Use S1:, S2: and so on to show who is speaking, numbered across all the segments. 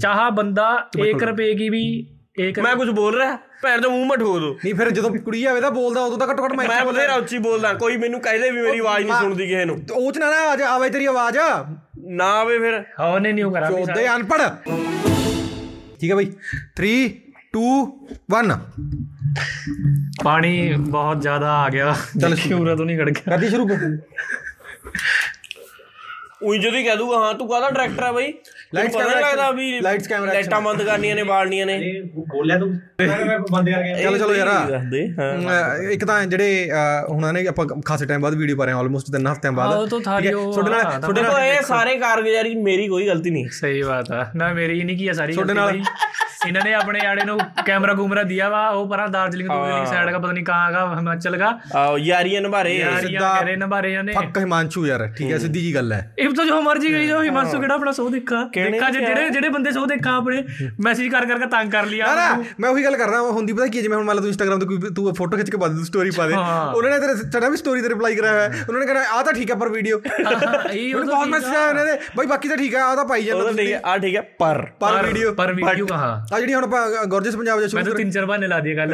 S1: ਚਾਹਾ ਬੰਦਾ 1 ਰੁਪਏ ਕੀ ਵੀ 1
S2: ਮੈਂ ਕੁਝ ਬੋਲ ਰਿਹਾ ਭੈਣ ਦਾ ਮੂੰਹ ਮਠੋ ਦੋ
S3: ਨਹੀਂ ਫਿਰ ਜਦੋਂ ਕੁੜੀ ਆਵੇ ਤਾਂ ਬੋਲਦਾ ਉਦੋਂ ਤਾਂ ਘੱਟੋ ਘੱਟ
S2: ਮੈਂ
S3: ਮੈਂ
S2: ਬਥੇਰਾ ਉੱਚੀ ਬੋਲਦਾ ਕੋਈ ਮੈਨੂੰ ਕਹਦੇ ਵੀ ਮੇਰੀ ਆਵਾਜ਼ ਨਹੀਂ ਸੁਣਦੀ ਕਿਸੇ ਨੂੰ
S3: ਉਹ ਚ ਨਾ ਨਾ ਆਵਾਜ਼ ਆਵੇ ਤੇਰੀ ਆਵਾਜ਼
S2: ਨਾ ਆਵੇ ਫਿਰ
S1: ਹਾਂ ਨੇ ਨਹੀਂ ਉਹ ਕਰਾ ਵੀ
S3: ਚੋਦੇ ਅਨਪੜ ਠੀਕ ਹੈ ਬਈ 3 2 1
S1: ਸਾਰਾ। ਪਾਣੀ ਬਹੁਤ ਜ਼ਿਆਦਾ ਆ ਗਿਆ
S3: ਚੱਲ
S1: ਚੱਲ ਸ਼ੂਰਾ ਤੋਂ ਨਹੀਂ ਖੜ ਗਿਆ
S3: ਕਰਦੀ ਸ਼ੁਰੂ
S2: ਉਹੀ ਜਦੋਂ ਹੀ ਕਹਿ ਦੂਗਾ ਹਾਂ ਤੂੰ ਕਾਹਦਾ ਡਾਇਰੈਕਟਰ ਹੈ ਬਈ ਲਾਈਟ
S3: camera
S2: ਕੈਮਰਾ
S3: action.
S2: ਲੱਗਦਾ ਵੀ
S3: Lights, camera
S2: ਲਾਈਟਾਂ ਬੰਦ ਕਰਨੀਆਂ ਨੇ ਬਾਲਣੀਆਂ ਨੇ
S4: ਬੋਲਿਆ ਤੂੰ ਮੈਂ ਬੰਦ ਕਰ ਗਿਆ
S3: ਚਲੋ ਚਲੋ ਯਾਰਾ
S2: ਦੱਸਦੇ ਹਾਂ
S3: ਅਹ ਇੱਕ ਤਾਂ ਜਿਹੜੇ ਅਹ ਹੁਣ ਨੇ ਆਪਾਂ ਖਾਸੇ ਟਾਈਮ ਬਾਅਦ ਵੀਡੀਓ ਪਾ ਰਹੇ ਹਾਂ ਆਲਮੋਸਟ ਤਿੰਨ ਹਫ਼ਤਿਆਂ ਬਾਅਦ
S1: ਹਾਂ, ਉਹ ਤਾਂ ਥਾਰੀ
S3: ਠੀਕ ਹੈ,
S1: ਉਹ-
S3: ਤੁਹਾਡੇ ਨਾਲ
S1: ਹਾਂ, ਤਾਂ
S3: ਤੁਹਾਡੇ ਨਾਲ
S2: ਦੇਖੋ ਇਹ ਸਾਰੇ ਕਾਰਗੁਜ਼ਾਰੀ 'ਚ ਮੇਰੀ ਕੋਈ ਗਲਤੀ ਨਹੀਂ
S1: ਸਹੀ ਬਾਤ ਆ ਨਾ ਮੇਰੀ ਨਹੀਂ ਕੀ ਆ ਸਾਰੀ
S3: ਤੁਹਾਡੇ
S1: ਗਲਤੀ
S3: ਨਾਲ-
S1: ਬਈ। ਇਹਨਾਂ ਨੇ ਆਪਣੇ ਆੜੇ ਨੂੰ ਕੈਮਰਾ ਕੂਮਰਾ ਦਿਆ ਵਾ ਉਹ ਪਰਾਂ ਦਾਰਜਲਿੰਗ ਤੋਂ ਸਾਈਡ ਦਾ ਪਤਾ ਨਹੀਂ ਕਹਾਂ ਦਾ ਹਿਮਾਚਲ ਦਾ
S2: ਆਓ ਯਾਰੀਆਂ ਨਿਭਾਰੇ
S3: ਸਿੱਧਾ-
S1: ਯਾਰੀਆਂ ਕਰੇ ਨਭਾਰੇ ਜਾਨੇ
S3: ਫੱਕ ਹਿਮਾਂਸ਼ੂ ਯਾਰ ਠੀਕ ਹੈ ਸਿੱਧੀ ਜੀ ਗੱਲ ਹੈ
S1: ਇਹ ਤਾਂ ਜੋ ਮਰਜੀ ਗਈ ਜੋ ਹਿਮਾਂਸੂ ਕਿਹੜਾ ਆਪਣਾ ਸੋ ਦੇਖਾ ਦੇਖਾ ਜੇ ਜਿਹੜੇ ਜਿਹੜੇ ਬੰਦੇ ਸੋ ਦੇਖਾ ਆਪਣੇ ਮੈਸੇਜ ਕਰ ਕਰਕੇ ਤੰਗ ਕਰ ਲਿਆ
S3: ਨਾ ਨਾ ਮੈਂ ਉਹੀ ਗੱਲ ਕਰਦਾ ਹੁੰਦੀ ਪਤਾ ਕੀ ਹੈ, ਜਿਵੇਂ ਹੁਣ ਮੰਨ ਲਾ ਤੂੰ ਇੰਸਟਾਗ੍ਰam ਤੇ ਕੋਈ ਤੂੰ ਫੋਟੋ ਖਿੱਚ ਕੇ ਪਾ ਦੇ ਤੂੰ ਸਟੋਰੀ ਪਾ ਦੇ ਉਹਨਾਂ ਨੇ ਤੇਰੇ ਸਾਡਾ ਵੀ ਸਟੋਰੀ ਤੇ ਰਿਪਲਾਈ ਕਰਾਇਆ ਹੋਇਆ ਹੈ। ਉਹਨਾਂ ਨੇ ਕਹਿਣਾ ਆ ਤਾਂ ਠੀਕ ਹੈ ਪਰ ਵੀਡੀਓ
S1: ਹਾਂ, ਇਹੀ
S3: ਮੈਨੂੰ
S1: ਉਹਦਾ
S3: ਬਹੁਤ ਮੈਸੇਜ ਆਇਆ ਉਹਨਾਂ ਦੇ ਬਈ ਬਾਕੀ ਤਾਂ ਠੀਕ ਹੈ ਆ ਤਾਂ ਪਾਈ ਜਾਂਦਾ
S2: ਉਹਦਾ ਠੀਕ ਹੈ ਆ ਠੀਕ ਹੈ ਪਰ
S3: ਪਰ ਵੀਡੀਓ
S1: ਪਰ ਵੀਡੀਓ ਕਹਾ
S3: ਆ ਜਿਹੜੀ ਹੁਣ ਆਪਾਂ ਗੋਰਜਸ ਪੰਜਾਬ ਦੇ
S1: ਮੈਂ
S3: ਸ਼ੁਰੂ
S1: ਤਾਂ ਤਿੰਨ ਚਾਰ ਬਾਨੇ ਲਾ ਦਿਏ ਕੱਲ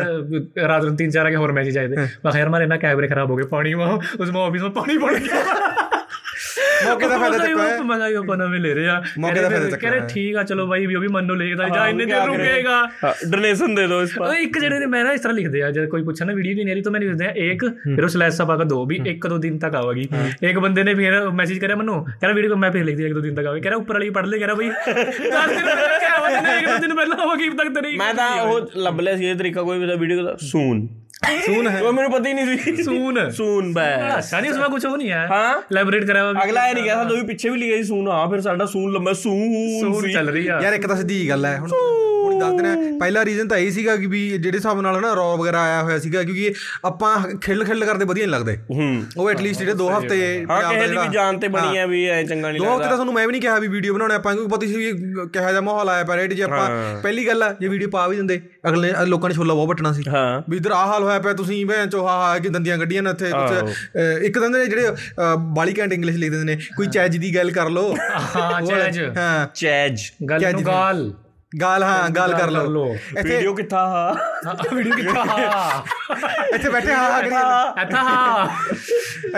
S1: ਰਾਤ ਨੂੰ ਤਿੰਨ ਚਾਰ ਆ ਕੇ ਹੋਰ ਮੈਸੇਜ ਆਏ ਤੇ ਮੈਂ ਖੈਰ ਮਾਰੇ ਨਾ ਕੈਮਰੇ ਖਰਾਬ ਹੋ ਗਏ ਪਾਣੀ ਵਾ ਉਸ ਮੈਂ ਆਫਿਸ ਵਿੱਚ ਪਾਣੀ ਪੜ ਗਿਆ
S3: ਮੌਕੇ ਦਾ ਫਾਇਦਾ ਚੱਕਾ ਹੈ
S1: ਮਜ਼ਾ ਹੀ ਉਹ ਨਵੇਂ ਲੈ ਰਿਹਾ
S3: ਮੌਕੇ ਦਾ ਫਾਇਦਾ
S1: ਕਹਿੰਦੇ ਠੀਕ ਆ ਚਲੋ ਬਾਈ ਵੀ ਉਹ ਵੀ ਮੰਨੋ ਲੇਖਦਾ ਜਾਂ ਇੰਨੇ ਦਿਨ ਰੁਕੇਗਾ
S2: ਡੋਨੇਸ਼ਨ ਦੇ ਦਿਓ ਇਸ ਪਰ
S1: ਉਹ ਇੱਕ ਜਿਹੜੇ ਨੇ ਮੈਂ ਨਾ ਇਸ ਤਰ੍ਹਾਂ ਲਿਖਦੇ ਆ ਜਦ ਕੋਈ ਪੁੱਛੇ ਨਾ ਵੀਡੀਓ ਕਿਉਂ ਨਹੀਂ ਆ ਰਹੀ ਤਾਂ ਮੈਂ ਲਿਖਦੇ ਆ ਇੱਕ ਫਿਰ ਉਹ ਸਲੈਸ਼ ਸਭਾ ਦਾ ਦੋ ਵੀ ਇੱਕ ਦੋ ਦਿਨ ਤੱਕ ਆਵੇਗੀ ਇੱਕ ਬੰਦੇ ਨੇ ਫਿਰ ਮੈਸੇਜ ਕਰਿਆ ਮੈਨੂੰ ਕਹਿੰਦਾ ਵੀਡੀਓ ਮੈਂ ਫਿਰ ਲਿਖਦੀ ਇੱਕ ਦੋ ਦਿਨ ਤੱਕ ਆਵੇਗੀ ਕਹਿੰਦਾ ਉੱਪਰ ਵਾਲੀ ਪੜ੍ਹ ਲੈ ਕਹਿੰਦਾ ਬਈ 10 ਦਿਨ ਪਹਿਲਾਂ ਕਿਆ ਹੋਇਆ ਨਾ ਇੱਕ ਦੋ ਦਿਨ ਪਹਿਲਾਂ ਹੋਵੇਗੀ ਤੱਕ ਤੇਰੀ
S2: ਮੈਂ ਤਾਂ ਉਹ ਲੱਭ ਲਿਆ ਸੀ ਇਹ ਤਰੀਕਾ ਕੋਈ ਵੀ ਵੀਡੀਓ ਦਾ ਸੂਨ ਸੂਨ ਹੈ ਉਹ ਮੈਨੂੰ ਪਤਾ ਹੀ ਨਹੀਂ ਸੀ
S1: ਸੂਨ
S2: ਸੂਨ ਬੈ
S1: ਅੱਛਾ ਨਹੀਂ ਉਸਮਾ ਕੁਝ ਹੋ ਨਹੀਂ ਹੈ
S2: ਹਾਂ
S1: ਲੈਬੋਰੇਟ ਕਰਿਆ ਹੋਇਆ ਵੀ
S2: ਅਗਲਾ ਇਹ ਨਹੀਂ ਕਿਹਾ ਸਾਨੂੰ ਵੀ ਪਿੱਛੇ ਵੀ ਲਿਖਿਆ ਸੀ ਸੂਨ ਹਾਂ ਫਿਰ ਸਾਡਾ ਸੂਨ ਲੰਮਾ ਸੂਨ
S1: ਸੂਨ
S2: ਸੀ
S1: ਚੱਲ ਰਹੀ ਆ
S3: ਯਾਰ ਇੱਕ ਤਾਂ ਸਿੱਧੀ ਜੀ ਗੱਲ ਹੈ ਹੁਣ ਹੁਣ ਦੱਸ ਦੇਣਾ ਹੈ। ਪਹਿਲਾ ਰੀਜ਼ਨ ਤਾਂ ਇਹ ਸੀਗਾ ਕਿ ਵੀ ਜਿਹੜੇ ਹਿਸਾਬ ਨਾਲ ਨਾ ਰੌ ਵਗੈਰਾ ਆਇਆ ਹੋਇਆ ਸੀਗਾ ਕਿਉਂਕਿ ਆਪਾਂ ਖੇਲ ਖੇਲ ਕਰਦੇ ਵਧੀਆ ਨਹੀਂ ਲੱਗਦੇ
S2: ਹੂੰ
S3: ਉਹ ਐਟਲੀਸਟ ਜਿਹੜੇ ਦੋ ਹਫ਼ਤੇ
S2: ਹਾਂ
S3: ਪੰਜਾਬ ਦਾ
S2: ਕਿਸੇ ਦੀ
S3: ਜਿਹੜਾ-
S2: ਵੀ ਜਾਨ ਤੇ ਬਣੀ ਆ ਵੀ ਐ ਚੰਗਾ ਨਹੀਂ
S3: ਦੋ
S2: ਲੱਗਦਾ
S3: ਹਫ਼ਤੇ ਤਾਂ ਤੁਹਾਨੂੰ ਮੈਂ ਵੀ ਨਹੀਂ ਕਿਹਾ ਵੀ ਵੀਡੀਓ ਬਣਾਉਣੇ ਆਪਾਂ ਕਿਉਂਕਿ ਪਤਾ ਸੀ ਵੀ ਕਿਹਾ ਜਾ ਮਾਹੌਲ ਆਇਆ ਪਰ ਇਹ ਜੇ ਆਪਾਂ ਪਹਿਲੀ ਗੱਲ ਆ ਜੇ ਵੀਡੀਓ ਪਾ ਵੀ ਦਿੰਦੇ ਅਗਲੇ ਅਹ ਲੋਕਾਂ ਨੇ ਛੋਲਾ ਬਹੁਤ ਵੱਟਣਾ ਸੀ
S2: ਹਾਂ
S3: ਵੀ ਇਧਰ ਆ ਹਾਲ ਹੋਇਆ ਪਿਆ ਤੁਸੀਂ ਭੈਣ ਚੋ ਹਾ ਹਾ ਕਿ ਦੰਦੀਆਂ ਗੱਡੀਆਂ ਨੇ ਇੱਥੇ ਕੁਛ, ਅਹ, ਇੱਕ ਦੰਦ ਨੇ ਜਿਹੜੇ ਅਹ, ਬਾਲੀ ਘੈਂਟ ਇੰਗਲਿਸ਼ ਲਿਖਦੇ ਨੇ ਕੋਈ ਚੈਜ ਦੀ ਗੱਲ ਕਰ ਲਓ
S1: ਹਾਂ ਚੈਜ
S3: ਹਾਂ
S2: ਚੈਜ
S1: ਗੱਲ ਨੂੰ ਗਾਲ
S3: ਗਾਲ ਹਾਂ ਗਾਲ ਕਰ
S1: ਕਰ
S3: ਲਓ
S1: ਲਓ।
S3: ਇੱਥੇ
S2: ਵੀਡੀਓ ਕਿੱਥਾ ਹਾ
S1: ਵੀਡੀਓ ਕਿੱਥਾ
S3: ਇੱਥੇ ਬੈਠੇ ਹਾ ਹਾ ਕਰੀ ਜਾਂਦੇ।
S1: ਅੱਥਾ ਹਾਂ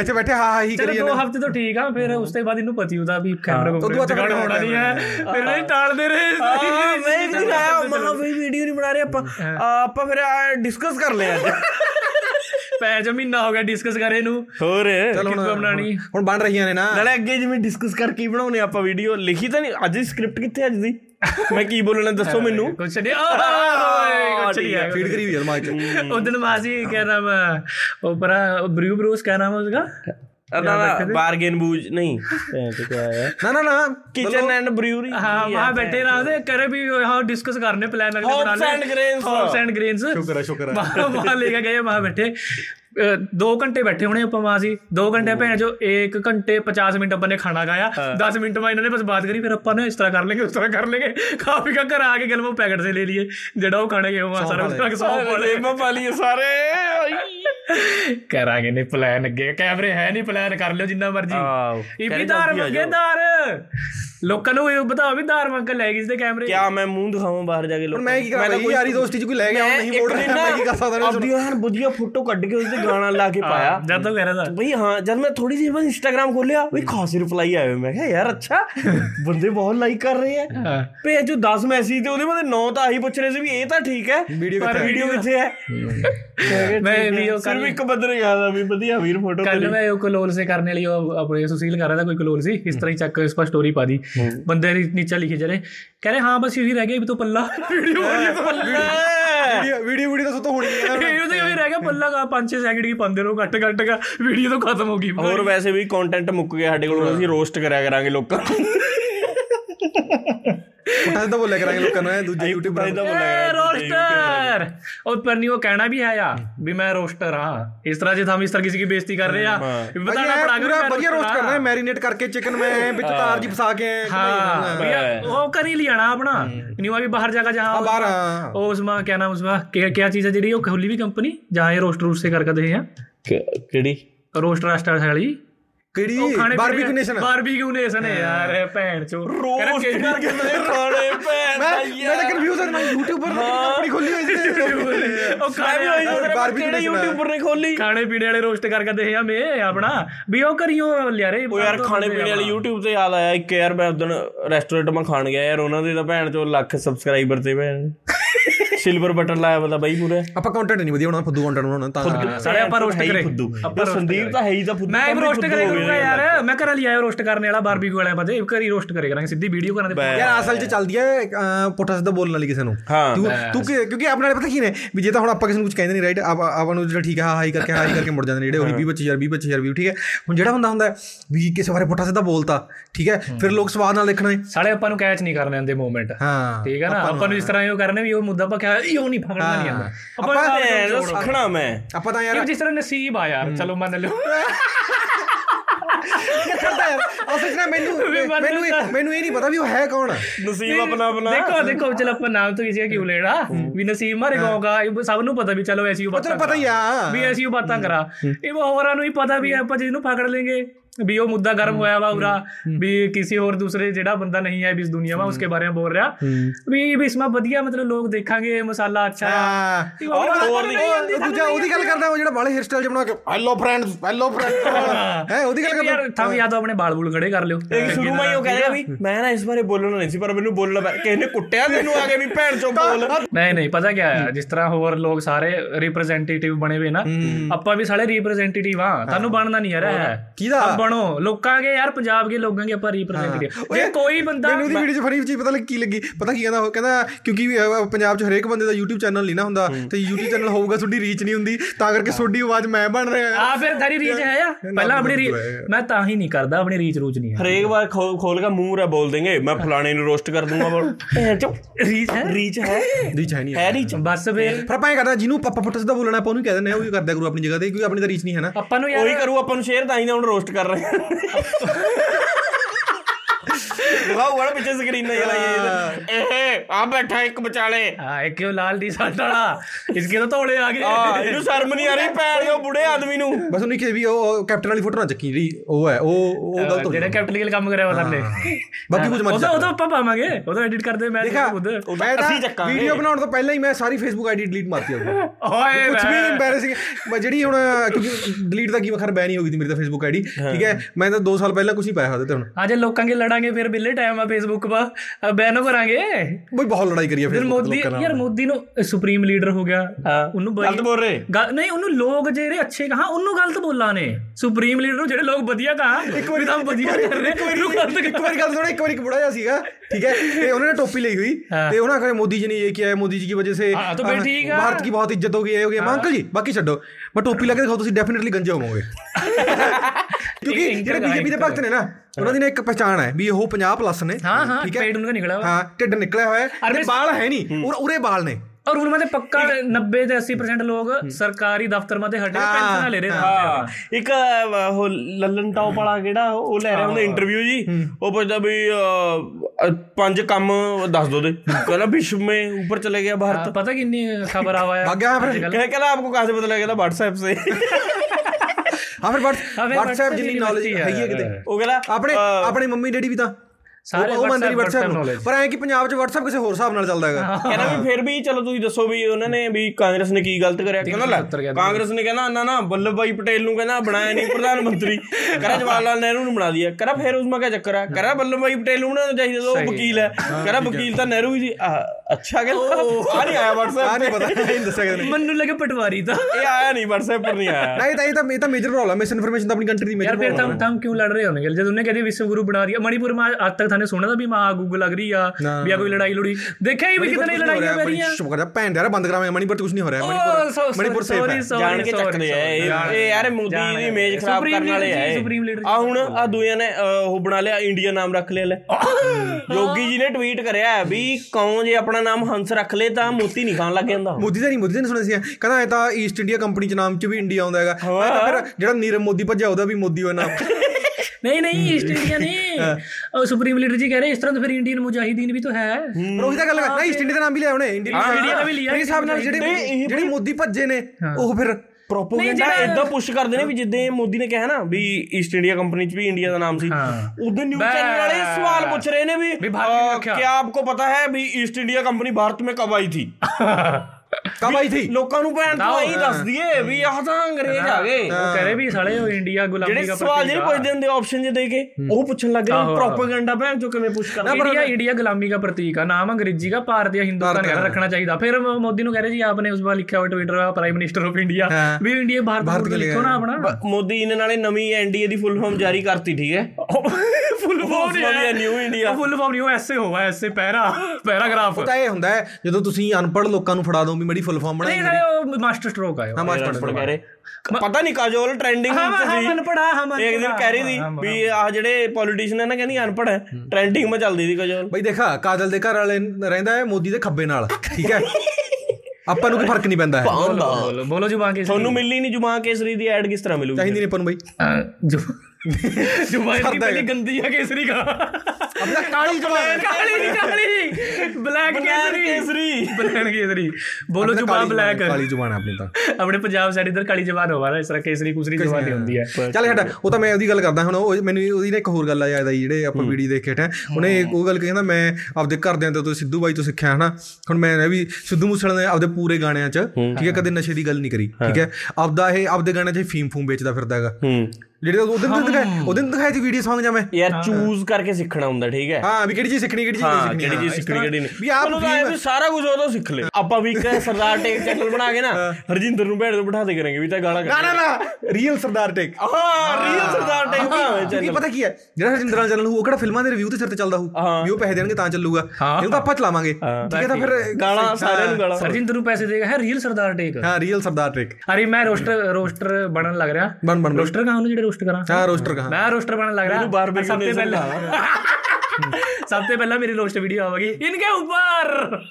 S3: ਇੱਥੇ ਬੈਠੇ ਹਾ ਹਾ ਹੀ
S1: ਚਲੋ
S3: ਕਰੀ
S1: ਦੋ
S3: ਜਾਂਦੇ
S1: ਹਫ਼ਤੇ ਤੋਂ ਠੀਕ ਆ ਫਿਰ ਉਸ ਤੋਂ ਬਾਅਦ ਇਹਨੂੰ ਪਤੀ ਉਹਦਾ ਵੀ ਕੈਮਰਾ
S3: ਤੋਂ ਬਾਅਦ
S1: ਕੋਲ
S3: ਫਿਰ
S1: ਹੋਣਾ ਨਹੀਂ ਹੈ ਫਿਰ ਇਹ ਟਾਲਦੇ ਰਹੇ
S2: ਹਾਂ ਮੈਂ ਵੀ ਆਇਆ ਮਾਂ ਵੀ ਵੀਡੀਓ ਨਹੀਂ ਬਣਾ ਰਹੇ ਆਪਾਂ ਆ, ਆਪਾਂ ਫਿਰ ਡਿਸਕਸ ਕਰ ਲਿਆ ਅੱਜ
S1: ਪੈ ਜਾ ਮਹੀਨਾ ਹੋ ਗਿਆ ਡਿਸਕਸ ਕਰੇ ਨੂੰ
S2: ਹੋਰ
S3: ਚਲੋ
S1: ਕਿੱਦਾਂ ਬਣਾਣੀ
S3: ਹੁਣ ਬਣ ਰਹੀਆਂ ਨੇ ਨਾ
S2: ਨਾਲੇ ਅੱਗੇ ਜਿਵੇਂ ਡਿਸਕਸ ਕਰਕੇ ਹੀ ਬਣਾਉਨੇ ਆਪਾਂ ਵੀਡੀਓ ਲਿਖੀ ਤਾਂ ਨਹੀਂ ਅੱਜ ਦੀ ਸਕ੍ਰਿਪਟ ਕਿੱਥੇ ਅੱਜ ਦੀ ਮੈਂ ਕੀ ਬੋਲਣਾ ਦੱਸੋ ਮੈਨੂੰ
S1: ਕੁਛ ਨਹੀਂ ਓਏ ਕੁਛ ਨਹੀਂ
S3: ਫੀਡ ਕਰੀ ਵੀ ਆ ਦਿਮਾਗ 'ਚ
S1: ਉਹ ਦਿਨ ਮਾਸੀ ਕਿਆ ਨਾਮ ਹੈ? ਉਹ ਪਰਾ ਬ੍ਰਿਊ ਬਰੂਸ ਕਿਆ ਨਾਮ ਹੈ ਉਸਦਾ
S2: ਨਾ ਨਾ ਬਾਰਗੇਨ ਬੂਜ ਨਹੀਂ ਤੇ ਕੀ ਆਇਆ
S3: ਨਾ ਨਾ ਨਾ
S2: ਕਿਚਨ ਐਂਡ ਬ੍ਰਿਊਰੀ
S1: ਹਾਂ ਵਾਹ ਬੈਠੇ ਨਾ ਉਹਦੇ ਕਰੇ ਵੀ ਹਾਂ ਡਿਸਕਸ ਕਰਨੇ ਪਲਾਨ ਅਗਲੇ ਬਣਾ
S2: ਹੌਪਸ
S1: ਲਏ
S2: and Grains
S1: Hops and Grains
S3: ਸ਼ੁਕਰ ਹੈ ਸ਼ੁਕਰ ਹੈ
S1: ਬਾਹਰ ਬਾਹਰ ਲੈ ਕੇ ਗਏ ਵਾਹ ਬੈਠੇ 2 ਘੰਟੇ ਬੈਠੇ ਹੋਣੇ ਆਪਾਂ ਮਾਂ ਸੀ 2 ਘੰਟੇ ਭੈਣ ਜੋ 1 ਘੰਟੇ 50 ਮਿੰਟ ਆਪਾਂ ਨੇ ਖਾਣਾ ਖਾਇਆ 10 ਮਿੰਟ ਮਾ ਇਹਨਾਂ ਨੇ ਬਸ ਬਾਤ ਕਰੀ ਫਿਰ ਆਪਾਂ ਨੇ ਇਸ ਤਰ੍ਹਾਂ ਕਰ ਲੇਗੇ ਉਸ ਤਰ੍ਹਾਂ ਕਰ ਲੇਗੇ ਕਾਫੀ ਕਾ ਘਰ ਆ ਕੇ ਗਲਮੋ ਪੈਕਟ ਸੇ ਲੈ ਲਈਏ ਜਿਹੜਾ ਉਹ ਖਾਣੇ ਗਏ ਹੋਆ ਸਾਰਾ ਉਸ ਤਰ੍ਹਾਂ ਸੌ
S2: ਬੜੇ ਮਪਾਲੀ ਸਾਰੇ
S1: ਕਰਾਂਗੇ ਨਹੀਂ ਪਲਾਨ ਅੱਗੇ ਕੈਮਰੇ ਹੈ ਨਹੀਂ ਪਲਾਨ ਕਰ ਲਿਓ ਜਿੰਨਾ
S2: ਆਹੋ।
S1: ਮਰਜੀ
S2: ਕਹਿੰਦੇ
S1: ਇਪੀ ਧਾਰ
S2: ਜਲਦੀ
S1: ਮੰਗੇ
S2: ਆ
S1: ਧਾਰ ਲੋਕਾਂ ਨੂੰ ਇਹ ਬਤਾਓ ਵੀ ਧਾਰ ਮੰਗ ਲੈ ਗਈ ਇਸ ਦੇ ਕੈਮਰੇ
S2: ਕਿਆ ਮੈਂ ਮੂੰਹ ਦਿਖਾਵਾਂ ਬਾਹਰ ਜਾ ਕੇ ਲੋਕ
S3: ਮੈਂ ਕੀ ਕਰਾਂ ਕੋਈ ਯਾਰੀ ਦੋਸਤੀ 'ਚ ਕੋਈ ਲੈ ਗਿਆ ਹੁਣ ਨਹੀਂ ਮੋੜ ਰਿਹਾ ਮੈਂ ਕੀ ਕਰ ਸਕਦਾ ਨਾ
S2: ਆਪਦੀ ਹਰ ਵਧੀਆ ਫੋਟੋ ਕੱਢ ਕੇ ਉਸਦੇ ਗਾਣਾ ਲਾ ਕੇ ਪਾਇਆ
S1: ਜਦ ਤੱਕ ਕਹਿ ਰਿਹਾ ਤਾ।
S2: ਬਈ ਹਾਂ ਜਦ ਮੈਂ ਥੋੜੀ ਜਿਹੀ ਬਸ ਇੰਸਟਾਗ੍ਰam ਖੋਲਿਆ ਬਈ ਖਾਸੀ ਰਿਪਲਾਈ ਆਏ ਹੋਏ। ਮੈਂ ਕਿਹਾ ਯਾਰ ਅੱਛਾ ਬੰਦੇ ਬਹੁਤ ਲਾਈਕ ਕਰ ਰਹੇ ਆ
S1: ਹਾਂ
S2: ਭੇਜ ਜੋ 10 ਮੈਸੇਜ ਤੇ ਉਹਦੇ ਬਾਅਦ 9 ਤਾਂ ਆਹੀ ਪੁੱਛ ਰਹੇ ਸੀ ਵੀ ਇਹ ਤਾਂ ਠੀਕ ਹੈ
S3: Video
S2: ਪਰ
S3: ਕਿੱਥੇ ਹੈ?
S2: ਵੀਡੀਓ ਕਿੱਥੇ ਹੈ
S1: ਮੈਂ ਵੀ ਉਹ
S2: ਸਿਰਫ ਇੱਕ ਬੰਦਰ ਯਾਦ ਆ ਵੀ ਵਧੀਆ ਵੀਰ ਫੋਟੋ
S1: ਕੱਲ ਮੈਂ ਉਹ ਕਲੋਲ ਸੇ ਕਰਨੇ ਲਈ ਉਹ ਆਪਣੇ ਸੁਸ਼ੀਲ ਕਰ ਰਿਹਾ ਤਾਂ ਕੋਈ ਕਲੋਲ ਸੀ ਇਸ ਤਰ੍ਹਾਂ ਹੀ ਚੱਕ ਇਸ ਪਰ ਸਟੋਰੀ ਪਾ ਦੀ ਬੰਦੇ ਨੇ ਨੀਚੇ ਲਿਖੇ ਜਰੇ ਕਹ ਰਹੇ ਹਾਂ ਬਸ ਇਹੀ ਰਹਿ ਗਿਆ ਵੀ ਤੋ ਪੱਲਾ ਵੀਡੀਓ ਹੋ ਗਈ
S3: ਵੀਡੀਓ ਵੀਡੀਓ ਵੀਡੀਓ ਤਾਂ ਸੋ ਤੋਂ ਹੋਣੀ ਹੈ
S1: ਇਹ ਉਹਦੇ ਹੀ ਰਹਿ ਗਿਆ ਪੱਲਾ ਕਾ 5-6 ਸੈਕਿੰਡ ਕੀ ਪਾਉਂਦੇ ਰਹੋ ਘੱਟ ਘੱਟ ਕਾ ਵੀਡੀਓ ਤਾਂ ਖਤਮ ਹੋ ਗਈ
S2: ਹੋਰ ਵੈਸੇ ਵੀ ਕੰਟੈਂਟ ਮੁੱਕ ਗਿਆ ਸਾਡੇ ਕੋਲ ਅਸੀਂ ਰੋਸਟ ਕਰਿਆ ਕਰਾਂਗੇ ਲੋਕਾਂ ਨੂੰ
S3: ਪੁੱਠਾ ਸਿੱਧਾ ਬੋਲਿਆ ਕਰਾਂਗੇ ਲੋਕਾਂ ਨੂੰ ਐ ਦੂਜੇ
S2: ਤਾਂ
S3: ਯੂਟਿਊਬਰ
S2: ਇਹਦਾ ਬੋਲਿਆ
S1: ਏ,
S2: ਕਰਾਂਗੇ।
S1: ਰੋਸਟਰ ਉਹ ਪਰ ਨਹੀਂ ਉਹ ਕਹਿਣਾ ਵੀ ਹੈ ਯਾ ਵੀ ਮੈਂ ਰੋਸਟਰ ਹਾਂ ਇਸ ਤਰ੍ਹਾਂ ਜੇ ਹਮ ਇਸ ਤਰ੍ਹਾਂ ਕਿਸੇ ਦੀ ਬੇਇੱਜ਼ਤੀ ਕਰ ਰਹੇ ਆ
S3: हाँ।
S1: ਵੀ ਬਤਾਣਾ ਪੜਾ
S3: ਪੂਰਾ
S1: ਮੈਂ
S3: ਵਧੀਆ ਰੋਸਟ
S1: ਹਾਂ।
S3: ਕਰਨਾ ਹੈ ਮੈਰੀਨੇਟ ਕਰਕੇ ਚਿਕਨ ਮੈਂ ਵਿੱਚ ਤਾਰ ਜੀ ਫਸਾ ਕੇ ਐਂ ਘੁਮਾਈ ਜਾਣਾ।
S1: ਹਾਂ ਭਈਆ, ਉਹ ਕਰ ਹੀ ਲਿਆਣਾ ਆਪਣਾ ਨਹੀਂ ਉਹ ਵੀ ਬਾਹਰ ਜਾ ਕੇ ਜਹਾਂ
S3: ਆ ਬਾਹਰ ਆ।
S1: ਉਹ ਉਸਮਾ ਕਿਆ ਨਾਮ ਉਸਮਾ ਕਿਆ ਕਿਆ ਚੀਜ਼ ਹੈ ਜਿਹੜੀ ਉਹ ਖੋਲੀ ਵੀ ਕੰਪਨੀ ਜਹਾਂ ਇਹ ਰੋਸਟਰ ਰੂਸ ਸੇ ਕਰਕੇ ਦੇ ਆ
S2: ਕਿ- ਕਿਹੜੀ
S1: ਰੋਸਟਰ ਆਸਟਰ ਵਾਲੀ ਉਹ
S3: ਕਿਹੜੀ
S1: ਖਾਣੇ
S3: ਬਾਰਬੀਕਿਊ ਨੇਸ਼ਨ
S1: ਬਾਰਬੀਕਿਊ ਨੇਸ਼ਨ ਹੈ ਯਾਰ ਇਹ ਭੈਣ ਚੋ
S2: ਰੋਸਟ ਕਰਕੇ ਮੇਰੇ ਖਾਣੇ ਭੈਣ
S3: ਮੈਂ
S2: ਦਾ
S3: ਮੈਂ ਤਾਂ ਕਨਫਿਊਜ਼ ਹਾਂ ਯੂਟਿਊਬਰ ਆਪਣੀ ਖੋਲੀ ਹੋਈ ਸੀ
S1: ਉਹ ਖਾਣੇ
S3: Barbecue
S2: ਕਿਹੜੇ
S3: nation ਆ।
S2: ਯੂਟਿਊਬਰ ਨੇ ਖੋਲੀ
S1: ਖਾਣੇ ਪੀਣੇ ਵਾਲੇ ਰੋਸਟ ਕਰ ਕਰ ਦੇਖਿਆ ਮੇ ਆਪਣਾ ਵੀ ਉਹ ਕਰੀਓ ਲਿਆਰੇ
S2: ਉਹ ਯਾਰ ਖਾਣੇ ਪੀਣੇ ਵਾਲੇ YouTube ਤੇ ਯਾਦ ਆਇਆ ਇੱਕ ਯਾਰ ਮੈਂ ਉਦੋਂ ਰੈਸਟੋਰੈਂਟ ਮੈਂ ਖਾਣ ਗਿਆ ਯਾਰ ਉਹਨਾਂ ਦੇ ਤਾਂ ਭੈਣ ਚੋ ਲੱਖ ਸਬਸਕ੍ਰਾਈਬਰ ਤੇ ਭੈਣ ਸਿਲਵਰ ਬਟਨ ਲਾਇਆ ਬੰਦਾ ਬਾਈ ਪੂਰੇ
S3: ਆਪਾਂ ਕੰਟੈਂਟ ਨਹੀਂ ਵਧੀਆ ਬਣਾਉਣਾ ਫੁੱਦੂ ਕੰਟੈਂਟ ਬਣਾਉਣਾ ਤਾਂ
S1: ਸਾਰੇ ਆਪਾਂ roast ਕਰੇ।
S2: ਆਪਾਂ ਸੰਦੀਪ ਤਾਂ ਹੈ ਹੀ ਤਾਂ ਫੁੱਦੂ
S1: ਮੈਂ
S2: ਕੰਮ ਹੀ
S1: ਰੋਸਟ
S2: ਫੁੱਦੂ
S1: ਕਰੇ
S2: ਹੋ ਗਿਆ
S1: ਕਰੂੰਗਾ ਯਾਰ ਮੈਂ ਘਰ ਲਈ ਆਇਆ ਰੋਸਟ ਕਰਨ ਵਾਲਾ ਬਾਰਬੀਕਿਊ ਵਾਲਿਆਂ ਬਾਦੇ ਇੱਕ ਵਾਰੀ ਰੋਸਟ ਕਰੇ ਕਰਾਂਗੇ ਸਿੱਧੀ ਵੀਡੀਓ ਕਰਾਂ ਦੇ
S3: ਯਾਰ ਅਸਲ 'ਚ ਚੱਲਦੀ ਹੈ ਅਹ, ਪੁੱਠਾ ਸਿੱਧਾ ਬੋਲਣ ਵਾਲੀ ਕਿਸੇ ਨੂੰ
S2: ਹਾਂ,
S3: ਤੂੰ ਤੂੰ ਕਿ- ਕਿਉਂਕਿ ਆਪਣੇ ਨਾਲ ਪਤਾ ਕੀ ਨੇ ਵੀ ਜੇ ਤਾਂ ਹੁਣ ਆਪਾਂ ਕਿਸੇ ਨੂੰ ਕੁਝ ਕਹਿੰਦੇ ਨਹੀਂ ਰਾਈਟ ਆਪਾਂ ਨੂੰ ਜਿਹੜਾ ਠੀਕ ਹੈ ਹਾਂ ਹਾਈ ਕਰਕੇ ਹਾਈ ਕਰਕੇ ਮੁੜ ਜਾਂਦੇ ਨੇ ਜਿਹੜੇ ਉਹੀ 20 25000 20 25000 ਵੀਊ ਠੀਕ ਹੈ ਹੁਣ ਜਿਹੜਾ ਬੰਦਾ ਹੁੰਦਾ ਹੈ, ਵੀ ਕਿਸੇ ਬਾਰੇ ਪੁੱਠਾ ਸਿੱਧਾ ਬੋਲਤਾ ਠੀਕ ਹੈ ਫਿਰ ਲੋਕ ਸਵਾਦ ਨਾਲ ਦੇਖਣੇ
S1: ਸਾਲੇ ਆਪਾਂ ਨੂੰ ਕੈਚ ਨਹੀਂ ਕਰਨੇ ਆਂਦੇ ਮੂਵਮੈਂਟ
S3: ਹਾਂ
S1: ਠੀਕ ਹੈ ਨਾ ਆਪਾਂ ਨੂੰ ਇਸ ਤਰ੍ਹਾਂ ਹੀ ਉਹ ਕਰਨੇ ਵੀ ਉਹ ਮੁੱਦਾ ਆਪਾਂ ਕਿਹਾ ਇਹ ਉਹ ਨਹੀਂ ਫੜਨਾ ਨਹੀਂ ਆਂਦਾ
S2: ਭੈਣ ਚੋ ਸਿੱਖਣਾ ਮੈਂ
S3: ਆਪਾਂ ਤਾਂ ਯਾਰ
S1: ਜਿਸ ਤਰ੍ਹਾਂ ਨਸੀਬ ਆ ਯਾਰ ਚਲੋ ਮੰਨ ਲਓ
S3: ਕਰਦਾ ਯਾਰ ਅਸਲ 'ਚ ਨਾ ਮੈਨੂੰ
S1: ਵੀ ਮੰਨ
S3: ਮੈਨੂੰ ਇਹ-
S1: ਲੈਂਦਾ।
S3: ਮੈਨੂੰ ਇਹ ਨਹੀਂ ਪਤਾ ਵੀ ਉਹ ਹੈ ਕੌਣ
S2: ਨਸੀਬ ਆਪਣਾ ਆਪਣਾ
S1: ਦੇਖੋ ਦੇਖੋ ਚਲ ਆਪਾਂ ਨਾਮ ਤੋਂ ਕਿਸੇ ਦਾ ਕਿਉਂ ਲੈਣਾ ਵੀ ਨਸੀਬ ਮਾਰੇ ਗਾਉਂ ਦਾ ਇਹ ਸਭ ਨੂੰ ਪਤਾ ਵੀ ਚਲੋ ਐਸੀ ਉਹ
S3: ਚਲ
S1: ਬਾਤਾਂ
S3: ਪਤਾ ਹੀ ਆ
S1: ਕਰਾ। ਵੀ ਐਸੀ ਉਹ ਬਾਤਾਂ ਕਰਾ ਇਹ ਵਾ ਹੋਰਾਂ ਨੂੰ ਹੀ ਪਤਾ ਵੀ ਆਪਾਂ ਜਿਹਨੂੰ ਪਕੜ ਲੇਗੇ ਵੀ ਉਹ ਮੁੱਦਾ ਗਰਮ ਹੋਇਆ ਵਾ ਉਰਾ ਵੀ ਕਿਸੇ ਹੋਰ ਦੂਸਰੇ ਜਿਹੜਾ ਬੰਦਾ ਨਹੀਂ ਹੈ ਵੀ ਇਸ ਦੁਨੀਆ ਮਾ ਉਸਕੇ ਬਾਰੇ ਮੇਂ ਬੋਲ ਰਿਹਾ ਵੀ ਵੀ ਇਸਮਾ ਵਧੀਆ ਮਤਲਬ ਲੋਕ ਦੇਖਾਂਗੇ ਮਸਾਲਾ ਅੱਛਾ ਹੈ
S3: ਹਾਂ
S1: ਵੀ ਹੋਰ ਬਾਤ
S2: ਹੋਰ
S1: ਨਹੀਂ
S2: ਨਹੀਂ,
S1: ਆਉਂਦੀ, ਸਾਨੂੰ
S3: ਦੂਜਾ
S1: ਨਹੀਂ
S3: ਉਹਦੀ ਗੱਲ ਕਰਦਾ ਉਹ ਜਿਹੜਾ ਬਾਲੇ ਹੇਅਰ ਸਟਾਈਲ ਬਣਾ ਕੇ ਹੈਲੋ ਫਰੈਂਡਸ ਹੈਲੋ ਫਰੈਂਡਸ ਹੈ ਉਹਦੀ ਗੱਲ
S1: ਆਉਂਦੀ।
S3: ਕਰਦਾ
S1: ਯਾਰ ਥਾਂ ਯਾਦ ਆਪਣੇ ਬਾਲ ਬੂਲ ਖੜੇ ਕਰ ਲਿਓ
S2: ਇੱਕ ਸ਼ੁਰੂ ਮੈਂ ਹੀ ਉਹ ਕਹਿ ਰਿਹਾ ਵੀ ਮੈਂ ਨਾ ਇਸ ਬਾਰੇ ਬੋਲਣਾ ਨਹੀਂ ਸੀ ਪਰ ਮੈਨੂੰ ਬੋਲਣਾ ਪਿਆ ਕਿਸੇ ਨੇ ਕੁੱਟਿਆ ਮੈਨੂੰ ਆ ਕੇ ਵੀ ਭੈਣ ਚੋ ਬੋਲ
S1: ਨਹੀਂ ਨਹੀਂ ਪਤਾ ਕੀ ਆ ਜਿਸ ਤਰ੍ਹਾਂ ਹੋਰ ਲੋਕ ਸਾਰੇ ਰਿਪਰੈਜ਼ੈਂਟੇਟਿਵ ਬਣੇ ਹੋਏ ਨਾ ਆਪਾਂ ਵੀ ਸਾਰੇ ਰਿਪਰੈਜ਼ੈਂਟੇਟਿਵ ਆ ਤੁਹਾਨੂੰ ਬਣਨਾ ਨਹੀਂ ਯਾਰ ਇਹ।
S3: ਕਿਹਦਾ?
S1: ਆਪ ਬਣੋ ਲੋਕਾਂ ਕੇ ਯਾਰ ਪੰਜਾਬ ਕੇ ਲੋਕਾਂ ਕੇ ਆਪਾਂ ਰਿਪਰੈਜ਼ੈਂਟੇਟਿਵ ਜੇ ਕੋਈ ਬੰਦਾ
S3: ਮੈਨੂੰ ਉਹਦੀ ਵੀਡੀਓ 'ਚ ਫਨੀ ਚੀਜ਼ ਪਤਾ ਲੱਗ ਕੀ ਲੱਗੀ ਪਤਾ ਕੀ ਕਹਿੰਦਾ ਉਹ ਕਹਿੰਦਾ ਕਿਉਂਕਿ ਵੀ, ਅਹ, ਪੰਜਾਬ 'ਚ ਹਰੇਕ ਬੰਦੇ ਦਾ YouTube ਚੈਨਲ ਨਹੀਂ ਨਾ ਹੁੰਦਾ ਤੇ YouTube ਚੈਨਲ ਹੋਊਗਾ ਤੁਹਾਡੀ ਰੀਚ ਨਹੀਂ ਹੁੰਦੀ ਤਾਂ ਕਰਕੇ ਤੁਹਾਡੀ ਆਵਾਜ਼ ਮੈਂ ਬਣ ਰਿਹਾ ਹਾਂ
S1: ਆ ਫਿਰ ਤੇਰੀ ਰੀਚ ਹੈ ਆ ਪਹਿਲਾਂ ਆਪਣੀ ਰੀਚ ਮੈਂ ਤਾਂ ਹੀ ਨਹੀਂ ਕਰਦਾ ਆਪਣੀ ਰੀਚ ਰੂਚ ਨਹੀਂ ਹੈ
S2: ਹਰੇਕ ਵਾਰ ਖੋਲ ਖੋਲ ਕੇ ਮੂੰਹ ਰਾ ਬੋਲ ਦੇਂਗੇ ਮੈਂ ਫਲਾਣੇ ਨੂੰ ਰੋਸਟ ਕਰ ਦੂੰਗਾ ਬੋਲ ਭੈਣ ਚੋ
S1: ਰੀਚ ਹੈ
S2: ਰੀਚ ਹੈ
S3: ਰੀਚ ਹੈ ਨਹੀਂ
S2: ਹੈ ਰੀਚ
S1: ਬਸ ਫਿਰ
S3: ਪਰ ਆਪਾਂ ਇਹ ਕਰਦਾ ਜਿਹਨੂੰ ਪਾਪਾ ਪੁੱਟਸ ਦਾ ਬੋਲਣਾ ਆਪਾਂ ਉਹਨੂੰ ਕਹਿ ਦਿੰਦੇ ਆ ਉਹ ਹੀ ਕਰਦਾ ਕਰੂ ਆਪਣੀ ਜਗ੍ਹਾ ਤੇ ਕਿਉਂਕਿ ਆਪਣੀ ਤਾਂ ਰੀਚ ਨਹੀਂ ਹੈ ਨਾ
S1: ਆਪਾਂ ਨੂੰ
S2: ਉਹੀ
S1: ਯਾਰ
S2: ਕਰੂ ਆਪਾਂ ਨੂੰ ਸ਼ੇਅਰ ਤਾਂ ਹੀ ਤਾਂ ਹੁਣ ਰੋਸਟ ਕਰ ਰਹੇ ਵਾਹ ਵਾਹ ਪਿੱਛੇ ਸਕਰੀਨ ਨਾ ਚਲਾਈ ਇਹ ਆ ਬੈਠਾ ਇੱਕ ਵਿਚਾਲੇ
S1: ਆ ਇਹ ਕਿਉਂ ਲਾਲ ਦੀ ਸਾਟ ਵਾਲਾ ਇਸਕੇ ਤਾਂ ਧੋਲੇ ਆ ਗਏ
S2: ਆ ਇਹਨੂੰ ਸ਼ਰਮ ਨਹੀਂ ਆ ਰਹੀ ਭੈਣ ਉਹ ਬੁੜੇ ਆਦਮੀ ਨੂੰ
S3: ਬਸ ਉਹਨੇ ਕਿ ਵੀ ਉਹ ਕੈਪਟਨ ਵਾਲੀ ਫੋਟੋ ਨਾ ਚੱਕੀ ਜਿਹੜੀ ਉਹ ਹੈ ਉਹ ਉਹ ਗਲਤ ਹੋ
S1: ਜਿਹੜਾ
S3: ਗਈ
S1: ਕੈਪੀਟਲ ਕੰਮ ਕਰਿਆ ਵਾ ਥੱਲੇ
S3: ਬਾਕੀ ਕੁਝ
S1: ਉਹ
S3: ਮਰਜ਼ੀ
S1: ਤਾਂ ਉਹ ਤਾਂ ਆਪਾਂ ਪਾਵਾਂਗੇ ਉਹ ਤਾਂ ਐਡਿਟ ਕਰਦੇ ਮੈਂ
S3: ਦੇਖਾ
S1: ਖੁਦ
S3: ਮੈਂ
S2: ਅਸੀਂ
S3: ਤਾਂ
S2: ਚੱਕਾਂਗੇ।
S3: ਵੀਡੀਓ ਬਣਾਉਣ ਤੋਂ ਪਹਿਲਾਂ ਹੀ ਮੈਂ ਸਾਰੀ ਫੇਸਬੁੱਕ ਆਈਡੀ ਡਿਲੀਟ ਮਾਰਤੀ ਆਪਣੀ
S1: ਓਏ
S3: ਕੁਝ ਵੀ
S1: ਮੈਂ-
S3: ਇੰਬੈਰੈਸਿੰਗ ਮੈਂ ਜਿਹੜੀ ਹੁਣ ਕਿਉਂਕਿ ਡਿਲੀਟ ਦਾ ਕੀ ਖਰ ਬੈਨ ਹੀ ਹੋ ਗਈ ਸੀ ਮੇਰੀ ਤਾਂ ਫੇਸਬੁੱਕ ਆਈਡੀ ਠੀਕ ਹੈ ਮੈਂ ਤਾਂ 2 ਸਾਲ ਪਹਿਲਾਂ ਕੁਝ ਨਹੀਂ ਪਾਇਆ ਹੁੰਦਾ ਤੇ ਹੁਣ
S1: ਅੱਜ ਲੋਕਾਂ ਕੇ ਲੜਾਂਗੇ ਫਿਰ ਬਿੱਲੇ ਟਾਈਮ ਆ ਫੇਸਬੁੱਕ 'ਪਾ ਬੈਨ ਕਰਾਂਗੇ
S3: ਬਈ ਬਹੁਤ ਲੜਾਈ ਕਰੀ ਹੈ
S1: ਫਿਰ
S3: ਫੇਸਬੁੱਕ
S1: ਮੋਦੀ ਯਾਰ ਮੋਦੀ ਨੂੰ ਸੁਪਰੀਮ ਲੀਡਰ ਹੋ ਗਿਆ ਉਹਨੂੰ ਬਈ-
S2: ਗਲਤ ਬੋਲ ਰਹੇ
S1: ਗੱਲ ਨਹੀਂ ਉਹਨੂੰ ਲੋਕ ਜਿਹੜੇ ਅੱਛੇ ਕਹਾ ਉਹਨੂੰ ਗਲਤ ਬੋਲਾਂ ਨੇ ਸੁਪਰੀਮ ਲੀਡਰ ਨੂੰ ਜਿਹੜੇ ਲੋਕ ਵਧੀਆ ਕਹਾ ਵੀ ਤਾਂ ਵਧੀਆ ਕਰ ਰਹੇ ਉਹਨੂੰ ਗਲਤ
S3: ਇੱਕ ਵਾਰੀ ਗੱਲ ਸੁਣੋ ਇੱਕ ਵਾਰੀ ਇੱਕ ਬੁੜਾ ਜਿਹਾ ਸੀਗਾ ਠੀਕ ਹੈ ਤੇ ਉਹਨਾਂ ਨੇ ਟੋਪੀ ਲਈ ਹੋਈ
S1: हाँ।
S3: ਤੇ ਉਹਨਾਂ ਕਹੇ ਮੋਦੀ ਜੀ ਨੇ ਇਹ ਕਿਹਾ ਹੈ ਮੋਦੀ ਜੀ ਦੀ ਵਜ੍ਹਾ ਸੇ
S1: हाँ, तो फिर ठीक है।
S3: ਭਾਰਤ ਦੀ ਬਹੁਤ ਇੱਜ਼ਤ ਹੋ ਗਈ ਹੈ ਹੋ ਗਈ ਮੈਂ ਅੰਕਲ ਜੀ ਬਾਕੀ ਛੱਡੋ ਮੈਂ ਟੋਪੀ ਲਾ ਕੇ ਦਿਖਾਓ ਤੁਸੀਂ ਡੈਫੀਨਿਟਲੀ ਗੰਜੇ ਹੋਵੋਗੇ ਕਿਉਂਕਿ ਜਿਹੜੇ ਬੀਜੇਪੀ ਦੇ ਭਗਤ ਨੇ ਨਾ ਉਹਨਾਂ ਦੀ ਨਾ ਇੱਕ ਪਛਾਣ ਹੈ ਵੀ ਉਹ 50 ਪਲੱਸ ਨੇ
S1: ਹਾਂ ਹਾਂ ਪੇਟ ਉਹਨਾਂ ਦਾ ਨਿਕਲਿਆ ਵਾ
S3: ਹਾਂ ਢਿੱਡ ਨਿਕਲਿਆ ਹੋਇਆ ਹੈ ਤੇ
S1: अरे-
S3: ਵਾਲ ਹੈ ਨਹੀਂ ਉਰ- ਉਰੇ ਵਾਲ ਨੇ
S1: ਔਰ ਉਹਨਾਂ ਦੇ ਪੱਕਾ 90 ਤੇ 80% ਲੋਕ ਸਰਕਾਰੀ ਦਫ਼ਤਰ ਮਾ ਤੇ ਹਟੇ ਪੈਨਸ਼ਨਾਂ ਲੈ ਰਹੇ ਨੇ
S2: ਹਾਂ ਇੱਕ ਅਹ, ਉਹ ਲੱਲਨ ਟੌਪ ਵਾਲਾ ਕਿਹੜਾ ਉਹ ਲੈ ਰਿਹਾ ਹੁੰਦਾ ਇੰਟਰਵਿਊ ਜੀ ਉਹ ਪੁੱਛਦਾ ਵੀ ਅਹ, ਅਹ, ਪੰਜ ਕੰਮ ਦੱਸ ਦੋ ਦੇ ਕਹਿੰਦਾ ਵਿਸ਼ਵ ਮੇ ਉੱਪਰ ਚਲੇ ਗਿਆ ਭਾਰਤ
S1: ਤਾਂ ਪਤਾ ਕਿੰਨੀ ਖਬਰ ਆਵਾ
S3: भाग गया फिर
S2: ਕਹਿੰਦਾ ਕਹਿੰਦਾ ਆਪਕੋ ਕਹਾਂ ਸੇ ਪਤਾ ਲੱਗਿਆ ਕਹਿੰਦਾ WhatsApp ਸੇ
S3: हाँ फिर
S1: हाँ, फिर
S3: व्हाट्सएप
S1: WhatsApp
S3: जितनी
S1: भी
S3: नॉलेज
S1: मिलती है।
S3: है कितने
S2: ਉਹ ਕਹਿੰਦਾ
S3: ਆਪਣੇ ਆਪਣੇ ਮੰਮੀ ਡੈਡੀ ਵੀ ਤਾਂ
S1: ਸਾਰੇ
S3: ਉਹ ਮੰਨਦੇ ਨਹੀਂ
S1: WhatsApp
S3: WhatsApp ਨੂੰ
S1: knowledge।
S3: ਪਰ ਐ ਕਿ ਪੰਜਾਬ 'ਚ WhatsApp ਕਿਸੇ ਹੋਰ ਹਿਸਾਬ ਨਾਲ ਚੱਲਦਾ ਹੈਗਾ
S2: ਕਹਿੰਦਾ ਵੀ ਫਿਰ ਵੀ ਚਲੋ ਤੁਸੀਂ ਦੱਸੋ ਵੀ ਉਹਨਾਂ ਨੇ ਵੀ ਕਾਂਗਰਸ ਨੇ ਕੀ ਗਲਤ ਕਰਿਆ ਕਹਿੰਦਾ
S1: ਸੱਤਰ
S2: ਲੈ
S1: ਕਹਿੰਦੇ।
S2: ਕਾਂਗਰਸ ਨੇ ਕਹਿੰਦਾ ਨਾ ਨਾ ਵੱਲਭ ਭਾਈ ਪਟੇਲ ਨੂੰ ਕਹਿੰਦਾ ਬਣਾਇਆ ਨਹੀਂ ਪ੍ਰਧਾਨ ਮੰਤਰੀ ਕਹਿੰਦਾ ਜਵਾਹਰ ਲਾਲ ਨਹਿਰੂ ਨੂੰ ਬਣਾ ਦਿਆ ਕਹਿੰਦਾ ਫਿਰ ਉਸ ਮਾ ਕਿਆ ਚੱਕਰ ਆ ਕਹਿੰਦਾ ਵੱਲਭ ਭਾਈ ਪਟੇਲ ਨੂੰ ਬਣਾਉਣਾ ਚਾਹੀਦਾ ਸੀ, ਉਹ ਵਕੀਲ ਹੈ ਕਹਿੰਦਾ ਵਕੀਲ ਤਾਂ ਨਹਿਰੂ ਹੀ ਸੀ ਆਹ, ਅੱਛਾ ਕਹਿੰਦਾ ਆ ਨਹੀਂ ਆਇਆ WhatsApp
S3: ਆ ਨਹੀਂ ਪਤਾ ਨਹੀਂ ਦੱਸਿਆ ਕਿਤੇ ਨਹੀਂ
S1: ਮੈਨੂੰ ਲੱਗੇ ਪਟਵਾਰੀ ਤਾਂ
S2: ਇਹ ਆਇਆ ਨਹੀਂ WhatsApp ਪਰ ਨਹੀਂ ਆਇਆ
S3: ਨਹੀਂ ਤਾਂ ਇਹ ਤਾਂ ਇਹ ਤਾਂ ਮੇਜਰ ਪ੍ਰੋਬਲਮ ਹੈ ਇਸ ਇਨਫੋਰਮੇਸ਼ਨ ਤਾਂ ਆਪਣੀ ਕੰਟਰੀ
S1: यार
S3: ਦੀ ਮੇਜਰ
S1: फिर तुम तुम क्यों लड़ रहे होने जब उन्होंने कहते विश्व गुरु बना दिया मणिपुर में आज तक थाने सुना था भी माँ आग उग लग रही या या कोई लड़ाई लड़ी देखा ही भी कितनी लड़ाइयां हो रही हैं
S3: ਸ਼ੁਕਰ ਕਰ ਭੈਣ ਯਾਰ ਬੰਦ ਕਰਾਵਾਂਗੇ ਮਣੀਪੁਰ ਤੇ ਕੁਝ ਨਹੀਂ ਹੋ ਰਿਹਾ
S1: Oh,
S3: ਮਣੀਪੁਰ ਮਣੀਪੁਰ ਸੇਫ ਹੈ
S2: ਜਾਣ ਕੇ ਚੱਕਦੇ ਆ ਇਹ ਇਹ ਯਾਰ ਮੋਦੀ ਦੀ ਇਮੇਜ ਖਰਾਬ ਕਰਨ ਵਾਲੇ ਆ
S1: ਸੁਪਰੀਮ ਲੀਡਰ
S2: ਆ ਹੁਣ ਆ ਦੂਜਿਆਂ ਨੇ ਅਹ, ਉਹ ਬਣਾ ਲਿਆ ਇੰਡੀਆ ਨਾਮ ਰੱਖ ਲਿਆ ਲੈ ਯੋਗੀ ਜੀ ਨੇ ਟਵੀਟ ਕਰਿਆ ਹੈ ਵੀ ਕੌਂ ਜੇ ਆਪਣਾ ਨਾਮ ਹੰਸ ਰੱਖ ਲੇ ਤਾਂ ਮੋਤੀ ਨਹੀਂ ਖਾਣ ਲੱਗ ਜਾਂਦਾ
S3: ਮੋਦੀ ਦਾ ਨਹੀਂ ਮੋਦੀ ਦਾ ਨਹੀਂ ਸੁਣਿਆ ਸੀ ਕਹਿੰਦਾ ਇਹ ਤਾਂ ਈਸਟ ਇੰਡੀਆ ਕੰਪਨੀ ਚ ਨਾਮ ਚ ਵੀ ਇੰਡੀਆ ਆਉਂਦਾ ਹੈਗਾ ਫਿਰ ਜਿਹੜਾ ਨੀਰਵ ਮੋਦੀ ਭੱਜਿਆ ਉਹਦਾ ਵੀ ਮੋਦੀ ਹੋਇਆ ਨਾਮ
S1: नहीं नहीं ईस्ट इंडिया नहीं सुप्रीम लीडर जी कह रहे हैं इस तरह तो फिर इंडियन मुजाहिदीन भी तो है
S3: ਪਰ ਉਹੀ ਤਾਂ ਗੱਲ ਹੈ ਨਾ ਈਸਟ ਇੰਡੀਆ ਦਾ ਨਾਮ ਵੀ ਲਿਆ ਉਹਨੇ ਇੰਡੀਆ
S1: इंडिया का भी लिया
S3: ਮੇਰੇ ਹਿਸਾਬ ਨਾਲ ਜਿਹੜੇ ਜਿਹੜੇ ਮੋਦੀ ਭੱਜੇ ਨੇ ਉਹ ਫਿਰ
S2: ਪ੍ਰੋਪਗੈਂਡਾ ਇਦਾਂ ਪੁਸ਼ ਕਰਦੇ ਨੇ ਵੀ ਜਿੱਦਾਂ ਮੋਦੀ ਨੇ ਕਿਹਾ ਨਾ ਵੀ ਈਸਟ ਇੰਡੀਆ ਕੰਪਨੀ ਚ ਵੀ ਇੰਡੀਆ ਦਾ ਨਾਮ ਸੀ
S1: ਹਾਂ।
S2: ਉਦੋਂ ਨਿਊਜ਼ ਚੈਨਲ ਵਾਲੇ ਇਹ ਸਵਾਲ ਪੁੱਛ ਰਹੇ ਨੇ ਵੀ
S1: ਵੀ ਭਾਰਤ ਨੇ
S2: ਅਹ,
S1: ਰੱਖਿਆ।
S2: ਕਿਆ ਆਪਕੋ ਪਤਾ ਹੈ ਵੀ ਈਸਟ ਇੰਡੀਆ ਕੰਪਨੀ ਭਾਰਤ ਮੇਂ ਕਬ ਆਈ ਥੀ
S3: ਕਬ ਆਈ ਥੀ
S2: ਲੋਕਾਂ ਨੂੰ ਭੈਣ ਤੋਂ ਇਹੀ ਦੱਸ ਦਈਏ ਵੀ ਆਹ ਤਾਂ ਅੰਗਰੇਜ਼ ਆ ਗਏ
S1: ਉਹ ਕਹ ਰਹੇ ਵੀ ਸਾਲੇ ਉਹ ਇੰਡੀਆ ਗੁਲਾਮੀ
S2: ਜਿਹੜੇ
S1: ਦਾ
S2: ਸਵਾਲ
S1: ਪ੍ਰਤੀਕ
S2: ਜਿਹੜੇ
S1: ਆ।
S2: ਪੁੱਛਦੇ ਹੁੰਦੇ ਆਪਸ਼ਨ ਜੇ ਦੇ ਕੇ ਉਹ ਪੁੱਛਣ ਲੱਗ ਗਏ ਪ੍ਰੋਪਗੈਂਡਾ ਭੈਣ ਚੋ ਕਿਵੇਂ ਪੁੱਛ ਕਰਦੇ
S1: इंडिया इंडिया गुलामी का प्रतीक है नाम अंग्रेजी का भारत या हिंदुस्तान का रखना चाहिए था फिर वो मोदी ने कह रहे जी आपने उस बार लिखा हुआ Twitter prime minister of India
S3: हाँ।
S1: भी इंडिया भारत
S3: भारत
S1: बोर्ड
S3: के लिए
S1: लिखो ना अपना
S2: ਮੋਦੀ ਨੇ ਨਾਲੇ ਨਵੀਂ ਐਨਡੀਏ ਦੀ ਫੁੱਲ ਫਾਰਮ ਜਾਰੀ ਕਰਤੀ ਠੀਕ ਹੈ
S1: फुल
S2: बहुत बढ़िया, New India।
S1: फुल फॉर्म नहीं हो ऐसे हुआ ऐसे पैरा पैराग्राफ
S3: ਤਾਂ ਇਹ ਹੁੰਦਾ ਹੈ ਜਦੋਂ ਤੁਸੀਂ ਅਨਪੜ੍ਹ ਲੋਕਾਂ ਨੂੰ ਫੜਾ ਦੋ ਵੀ ਮੇਰੀ ਫੁੱਲ ਫਾਰਮ ਬਣਾਈ
S1: नहीं नहीं वो मास्टर स्ट्रोक आयो
S3: ਹਾਂ ਮਾਸਟਰ
S2: ਪੜ ਕਰੇ ਪਤਾ ਨਹੀਂ ਕਾਜੋਲ ਟ੍ਰੈਂਡਿੰਗ
S1: हाँ हाँ, हाँ
S2: ਸੀ
S1: मन पड़ा हाँ मन
S2: ਇੱਕ ਦਿਨ
S1: पड़ा,
S2: ਕਹਿ ਰਹੀ
S1: हाँ,
S2: ਸੀ
S1: हाँ, मन
S2: ਵੀ ਆਹ ਜਿਹੜੇ ਪੋਲੀਟੀਸ਼ੀਅਨ ਹੈ ਨਾ ਕਹਿੰਦੀ ਅਨਪੜ੍ਹ ਹੈ ਟ੍ਰੈਂਡਿੰਗ ਮੈਂ ਚੱਲਦੀ ਸੀ ਕਾਜੋਲ
S3: ਬਈ ਦੇਖਾ ਕਾਜਲ ਦੇ ਘਰ ਵਾਲੇ ਰਹਿੰਦਾ ਹੈ ਮੋਦੀ ਦੇ ਖੱਬੇ ਨਾਲ ਠੀਕ ਹੈ ਆਪਾਂ ਨੂੰ ਕੋਈ ਫਰਕ ਨਹੀਂ ਪੈਂਦਾ ਹੈ
S1: पड़ा। बोलो बोलो बोलो जी बाकी
S2: ਤੁਹਾਨੂੰ ਮਿਲਣੀ ਨਹੀਂ ਜੁਮਾ ਕੇਸਰੀ ਦੀ ਐਡ ਕਿਸ ਤਰ੍ਹਾਂ ਮਿਲੂਗੀ
S3: ਚਾਹੀਦੀ ਨਹੀਂ ਆਪਾਂ ਨੂੰ ਬਈ
S1: जो जो भाई
S3: सरदा
S1: पहली
S3: है।
S1: गंदी है केसरी का
S3: अपना काली जबान।
S1: काली काली ब्लैक केसरी
S2: ਕੇਸਰੀ
S1: ब्लैक केसरी बोलो
S3: ਆਪਣੀ
S1: जुबान
S3: ਕਾਲੀ
S1: ब्लैक
S3: ਕਾਲੀ ਜ਼ੁਬਾਨ ਹੈ ਆਪਣੀ ਤਾਂ
S1: अपने पंजाब साइड इधर काली जबान होवा ना इस तरह केसरी कुसरी जबान नहीं होती है
S3: ਚੱਲ ਹਟ ਉਹ ਤਾਂ ਮੈਂ ਉਹਦੀ ਗੱਲ ਕਰਦਾ ਹੁਣ ਉਹ ਮੈਨੂੰ ਉਹਦੀ ਨਾ ਇੱਕ ਹੋਰ ਗੱਲ ਆ ਯਾਦ ਆਈ ਜਿਹੜੇ ਆਪਾਂ ਵੀਡੀਓ ਦੇਖ ਕੇ ਹਟੇ ਹਾਂ। ਉਹਨੇ ਉਹ ਗੱਲ ਕਹੀ ਕਹਿੰਦਾ ਮੈਂ ਆਪਦੇ ਘਰਦਿਆਂ ਤੋਂ ਤੇ ਸਿੱਧੂ ਬਾਈ ਤੋਂ ਸਿੱਖਿਆ ਹਨਾ ਹੁਣ ਮੈਂ ਇਹ ਵੀ ਸਿੱਧੂ ਮੂਸੇਵਾਲੇ ਦੇ ਆਪਦੇ ਪੂਰੇ ਗਾਣਿਆਂ 'ਚ ਠੀਕ ਹੈ ਕਦੇ ਨਸ਼ੇ ਦੀ ਗੱਲ ਨਹੀਂ ਕਰੀ ਠੀਕ ਹੈ ਆਪਦਾ ਇਹ ਆਪਦੇ ਗਾਣਿਆਂ 'ਚ ਇਹ ਫੀਮ ਫੂਮ ਵੇਚਦਾ ਫਿਰਦਾ ਹੈਗਾ
S2: ਹੂੰ
S3: ਜਿਹੜੇ ਉਹਦੇ ਦਿਨ ਦਿਖਾਏ ਉਹਦੇ ਦਿਨ ਦਿਖਾਏ ਸੀ ਵੀਡੀਓ Song ਜਾਂ ਮੈਂ
S2: ਯਾਰ ਚੂਜ਼ ਕਰਕੇ ਸਿੱਖਣਾ ਹੁੰਦਾ ਠੀਕ ਹੈ
S3: ਹਾਂ ਵੀ ਕਿਹੜੀ ਚੀਜ਼ ਸਿੱਖਣੀ ਕਿਹੜੀ ਚੀਜ਼ ਨਹੀਂ
S2: ਹਾਂ
S3: ਸਿੱਖਣੀ
S2: ਕਿਹੜੀ ਚੀਜ਼ ਸਿੱਖਣੀ ਕਿਹੜੀ ਨਹੀਂ
S3: ਵੀ ਆਪ
S2: ਤੁਹਾਨੂੰ ਤਾਂ ਐਂ ਵੀ ਸਾਰਾ ਕੁਝ ਉਹਦੋਂ ਸਿੱਖ ਲੈ ਆਪਾਂ ਵੀ ਇੱਕ ਸਰਦਾਰ ਟੇਕ ਚੈਨਲ ਬਣਾ ਕੇ ਨਾ ਹਰਜਿੰਦਰ ਨੂੰ ਭੇੜ ਤੋਂ ਬਿਠਾ ਦੇ ਕਰਾਂਗੇ ਵੀ ਤਾਂ ਗਾਲਾਂ
S3: ਨਾ
S2: ਕੱਢ
S3: ਨਾ ਨਾ ਰੀਅਲ ਸਰਦਾਰ ਟੇਕ
S2: ਹਾਂ ਰੀਅਲ ਸਰਦਾਰ ਟੇਕ ਬਣਾਵੇ
S3: ਕਿਉਂਕਿ
S2: ਚੈਨਲ
S3: ਪਤਾ ਕੀ ਹੈ ਜਿਹੜਾ ਹਰਜਿੰਦਰ ਨਾਲ ਚੱਲਣ ਹੋਊ ਉਹ ਕਿਹੜਾ ਫਿਲਮਾਂ ਦੇ ਰਿਵਿਊ ਤੇ ਸਿਰ ਤੇ ਚੱਲਦਾ ਹੋਊ ਵੀ ਉਹ ਪੈਸੇ ਦੇਣਗੇ ਤਾਂ ਚੱਲੂਗਾ ਇਹਨੂੰ ਤਾਂ ਆਪਾਂ ਚਲਾਵਾਂਗੇ ਠੀਕ ਹੈ ਤਾਂ ਫਿਰ
S2: ਗਾਲਾਂ ਸਾਰਿਆਂ ਨੂੰ ਗਾਲਾਂ
S1: सरजिंदर ਨੂੰ ਪੈਸੇ ਦੇਗਾ ਹੈ ਰੀਅਲ ਸਰਦਾਰ ਟੇਕ
S3: ਹਾਂ ਰੀਅਲ ਸਰਦਾਰ ਟ੍ਰਿਕ
S1: ਅਰੇ ਮੈਂ ਰੋਸਟਰ ਰੋਸਟਰ ਬਣਨ ਲੱਗ ਰਿਹਾ
S3: ਬਣ ਬਣ
S1: ਰੋਸਟਰ ਕਹਾਂ ਉਹਨੂੰ ਜਿਹੜੇ ਰੋਸਟ ਕਰਾਂ
S3: ਹਾਂ ਰੋਸਟਰ ਕਹਾ
S1: ਮੈਂ ਰੋਸਟਰ ਬਣਨ ਲੱਗ ਰਿਹਾ
S2: barbecue
S1: ਸਭ ਤੋਂ
S2: nation
S1: ਪਹਿਲਾਂ ਸਭ ਤੋਂ ਪਹਿਲਾਂ ਮੇਰੀ ਰੋਸਟ ਵੀਡੀਓ ਆਵੇਗੀ ਇਨਕੇ ਉੱਪਰ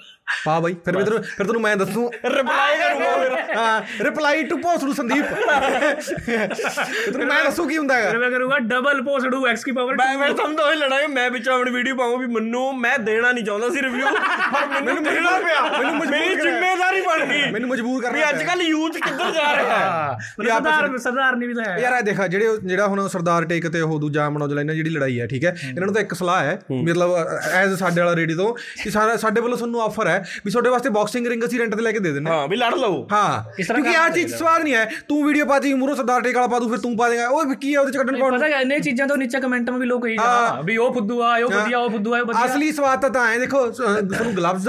S3: ਪਾ ਬਾਈ ਫਿਰ ਮੈਂ ਤੈਨੂੰ ਫਿਰ ਤੈਨੂੰ ਮੈਂ ਦੱਸੂ
S2: ਰਿਪਲਾਈ ਕਰੂਗਾ ਫਿਰ
S3: ਹਾਂ ਰਿਪਲਾਈ ਟੂ ਪੋਸਟ ਨੂੰ ਸੰਦੀਪ ਫਿਰ ਤੈਨੂੰ ਮੈਂ ਦੱਸੂ ਕੀ ਹੁੰਦਾ
S1: ਫਿਰ
S3: ਹੈਗਾ
S1: ਮੈਂ ਕਰੂੰਗਾ ਡਬਲ ਪੋਸਟ ਡੂ x ਕੀ ਪਾਵਰ
S2: ਮੈਂ ਮੈਂ ਤੁਹਾਨੂੰ ਤਾਂ ਉਹੀ ਲੜਾਂਗੇ ਮੈਂ ਵਿੱਚ ਆਪਣੀ ਵੀਡੀਓ ਪਾਉਂ ਵੀ ਮੈਨੂੰ ਮੈਂ ਦੇਣਾ ਨਹੀਂ ਚਾਹੁੰਦਾ ਸੀ ਰਿਵਿਊ ਪਰ ਮੈਨੂੰ ਦੇਣਾ ਪਿਆ
S3: ਮੈਨੂੰ ਮਜਬੂਰ
S2: ਮੇਰੀ
S3: ਕਰਿਆ।
S2: ਜ਼ਿੰਮੇਵਾਰੀ ਬਣ ਗਈ
S3: ਮੈਨੂੰ ਮਜਬੂਰ ਕਰਨਾ
S2: ਵੀ ਅੱਜ ਕੱਲ ਯੂਥ ਕਿੱਧਰ ਜਾ ਰਿਹਾ ਹੈ
S1: ਸਰਦਾਰ ਸਰਦਾਰ ਨਹੀਂ ਵੀ ਤਾਂ
S3: ਪਿਆ।
S1: ਹੈ
S3: ਯਾਰ ਇਹ ਦੇਖਾ ਜਿਹੜੇ ਉਹ- ਜਿਹੜਾ ਹੁਣ ਸਰਦਾਰ ਟੇਕ ਤੇ ਉਹ ਦੂਜਾ ਮਨੋਜਲਾ ਇਹਨਾਂ ਜਿਹੜੀ ਲੜਾਈ ਹੈ ਠੀਕ ਹੈ ਇਹਨਾਂ ਨੂੰ ਤਾਂ ਇੱਕ ਸਲਾਹ ਹੈ ਮਤਲਬ ਐਜ਼ ਸਾਡੇ ਵਾਲਾ ਰੇਡੀ ਤੋਂ ਕਿ ਸਾਰਾ ਸਾਡੇ ਵੱਲੋਂ ਤੁਹਾਨੂੰ ਆਫਰ ਹੈ ਵੀ ਤੁਹਾਡੇ ਵਾਸਤੇ ਬਾਕਸਿੰਗ ਰਿੰਗ ਅਸੀਂ ਰੈਂਟ ਤੇ ਲੈ ਕੇ ਦੇ ਦਿੰਦੇ ਹਾਂ
S2: ਹਾਂ ਵੀ ਲੜ ਲਓ
S3: ਹਾਂ ਕਿਉਂਕਿ ਆ ਚੀਜ਼ ਸਵਾਦ ਨਹੀਂ ਹੈ ਤੂੰ ਵੀਡੀਓ ਪਾ ਦੇ ਮੂਰੋ ਸਰਦਾਰ ਟੇਕ ਵਾਲਾ ਪਾ ਦੂ ਫਿਰ ਤੂੰ ਪਾ ਦੇਗਾ ਓਏ ਕੀ ਹੈ ਉਹਦੇ ਚ ਕੱਢਣ ਪਾਉਣ
S1: ਪਤਾ ਹੈ ਇਹਨੇ ਚੀਜ਼ਾਂ ਤੋਂ ਨੀਚੇ ਕਮੈਂਟਾਂ ਵਿੱਚ ਲੋਕ ਕਹੀ ਜਾਂਦੇ ਵੀ ਉਹ ਫੁੱਦੂ ਆ ਉਹ ਵਧੀਆ ਉਹ ਫੁੱਦੂ ਆ ਵਧੀਆ
S3: ਅਸਲੀ ਸਵਾਦ ਤਾਂ ਤਾਂ ਹੈ ਦੇਖੋ ਅਹ, ਤੁਹਾਨੂੰ ਗਲਵਜ਼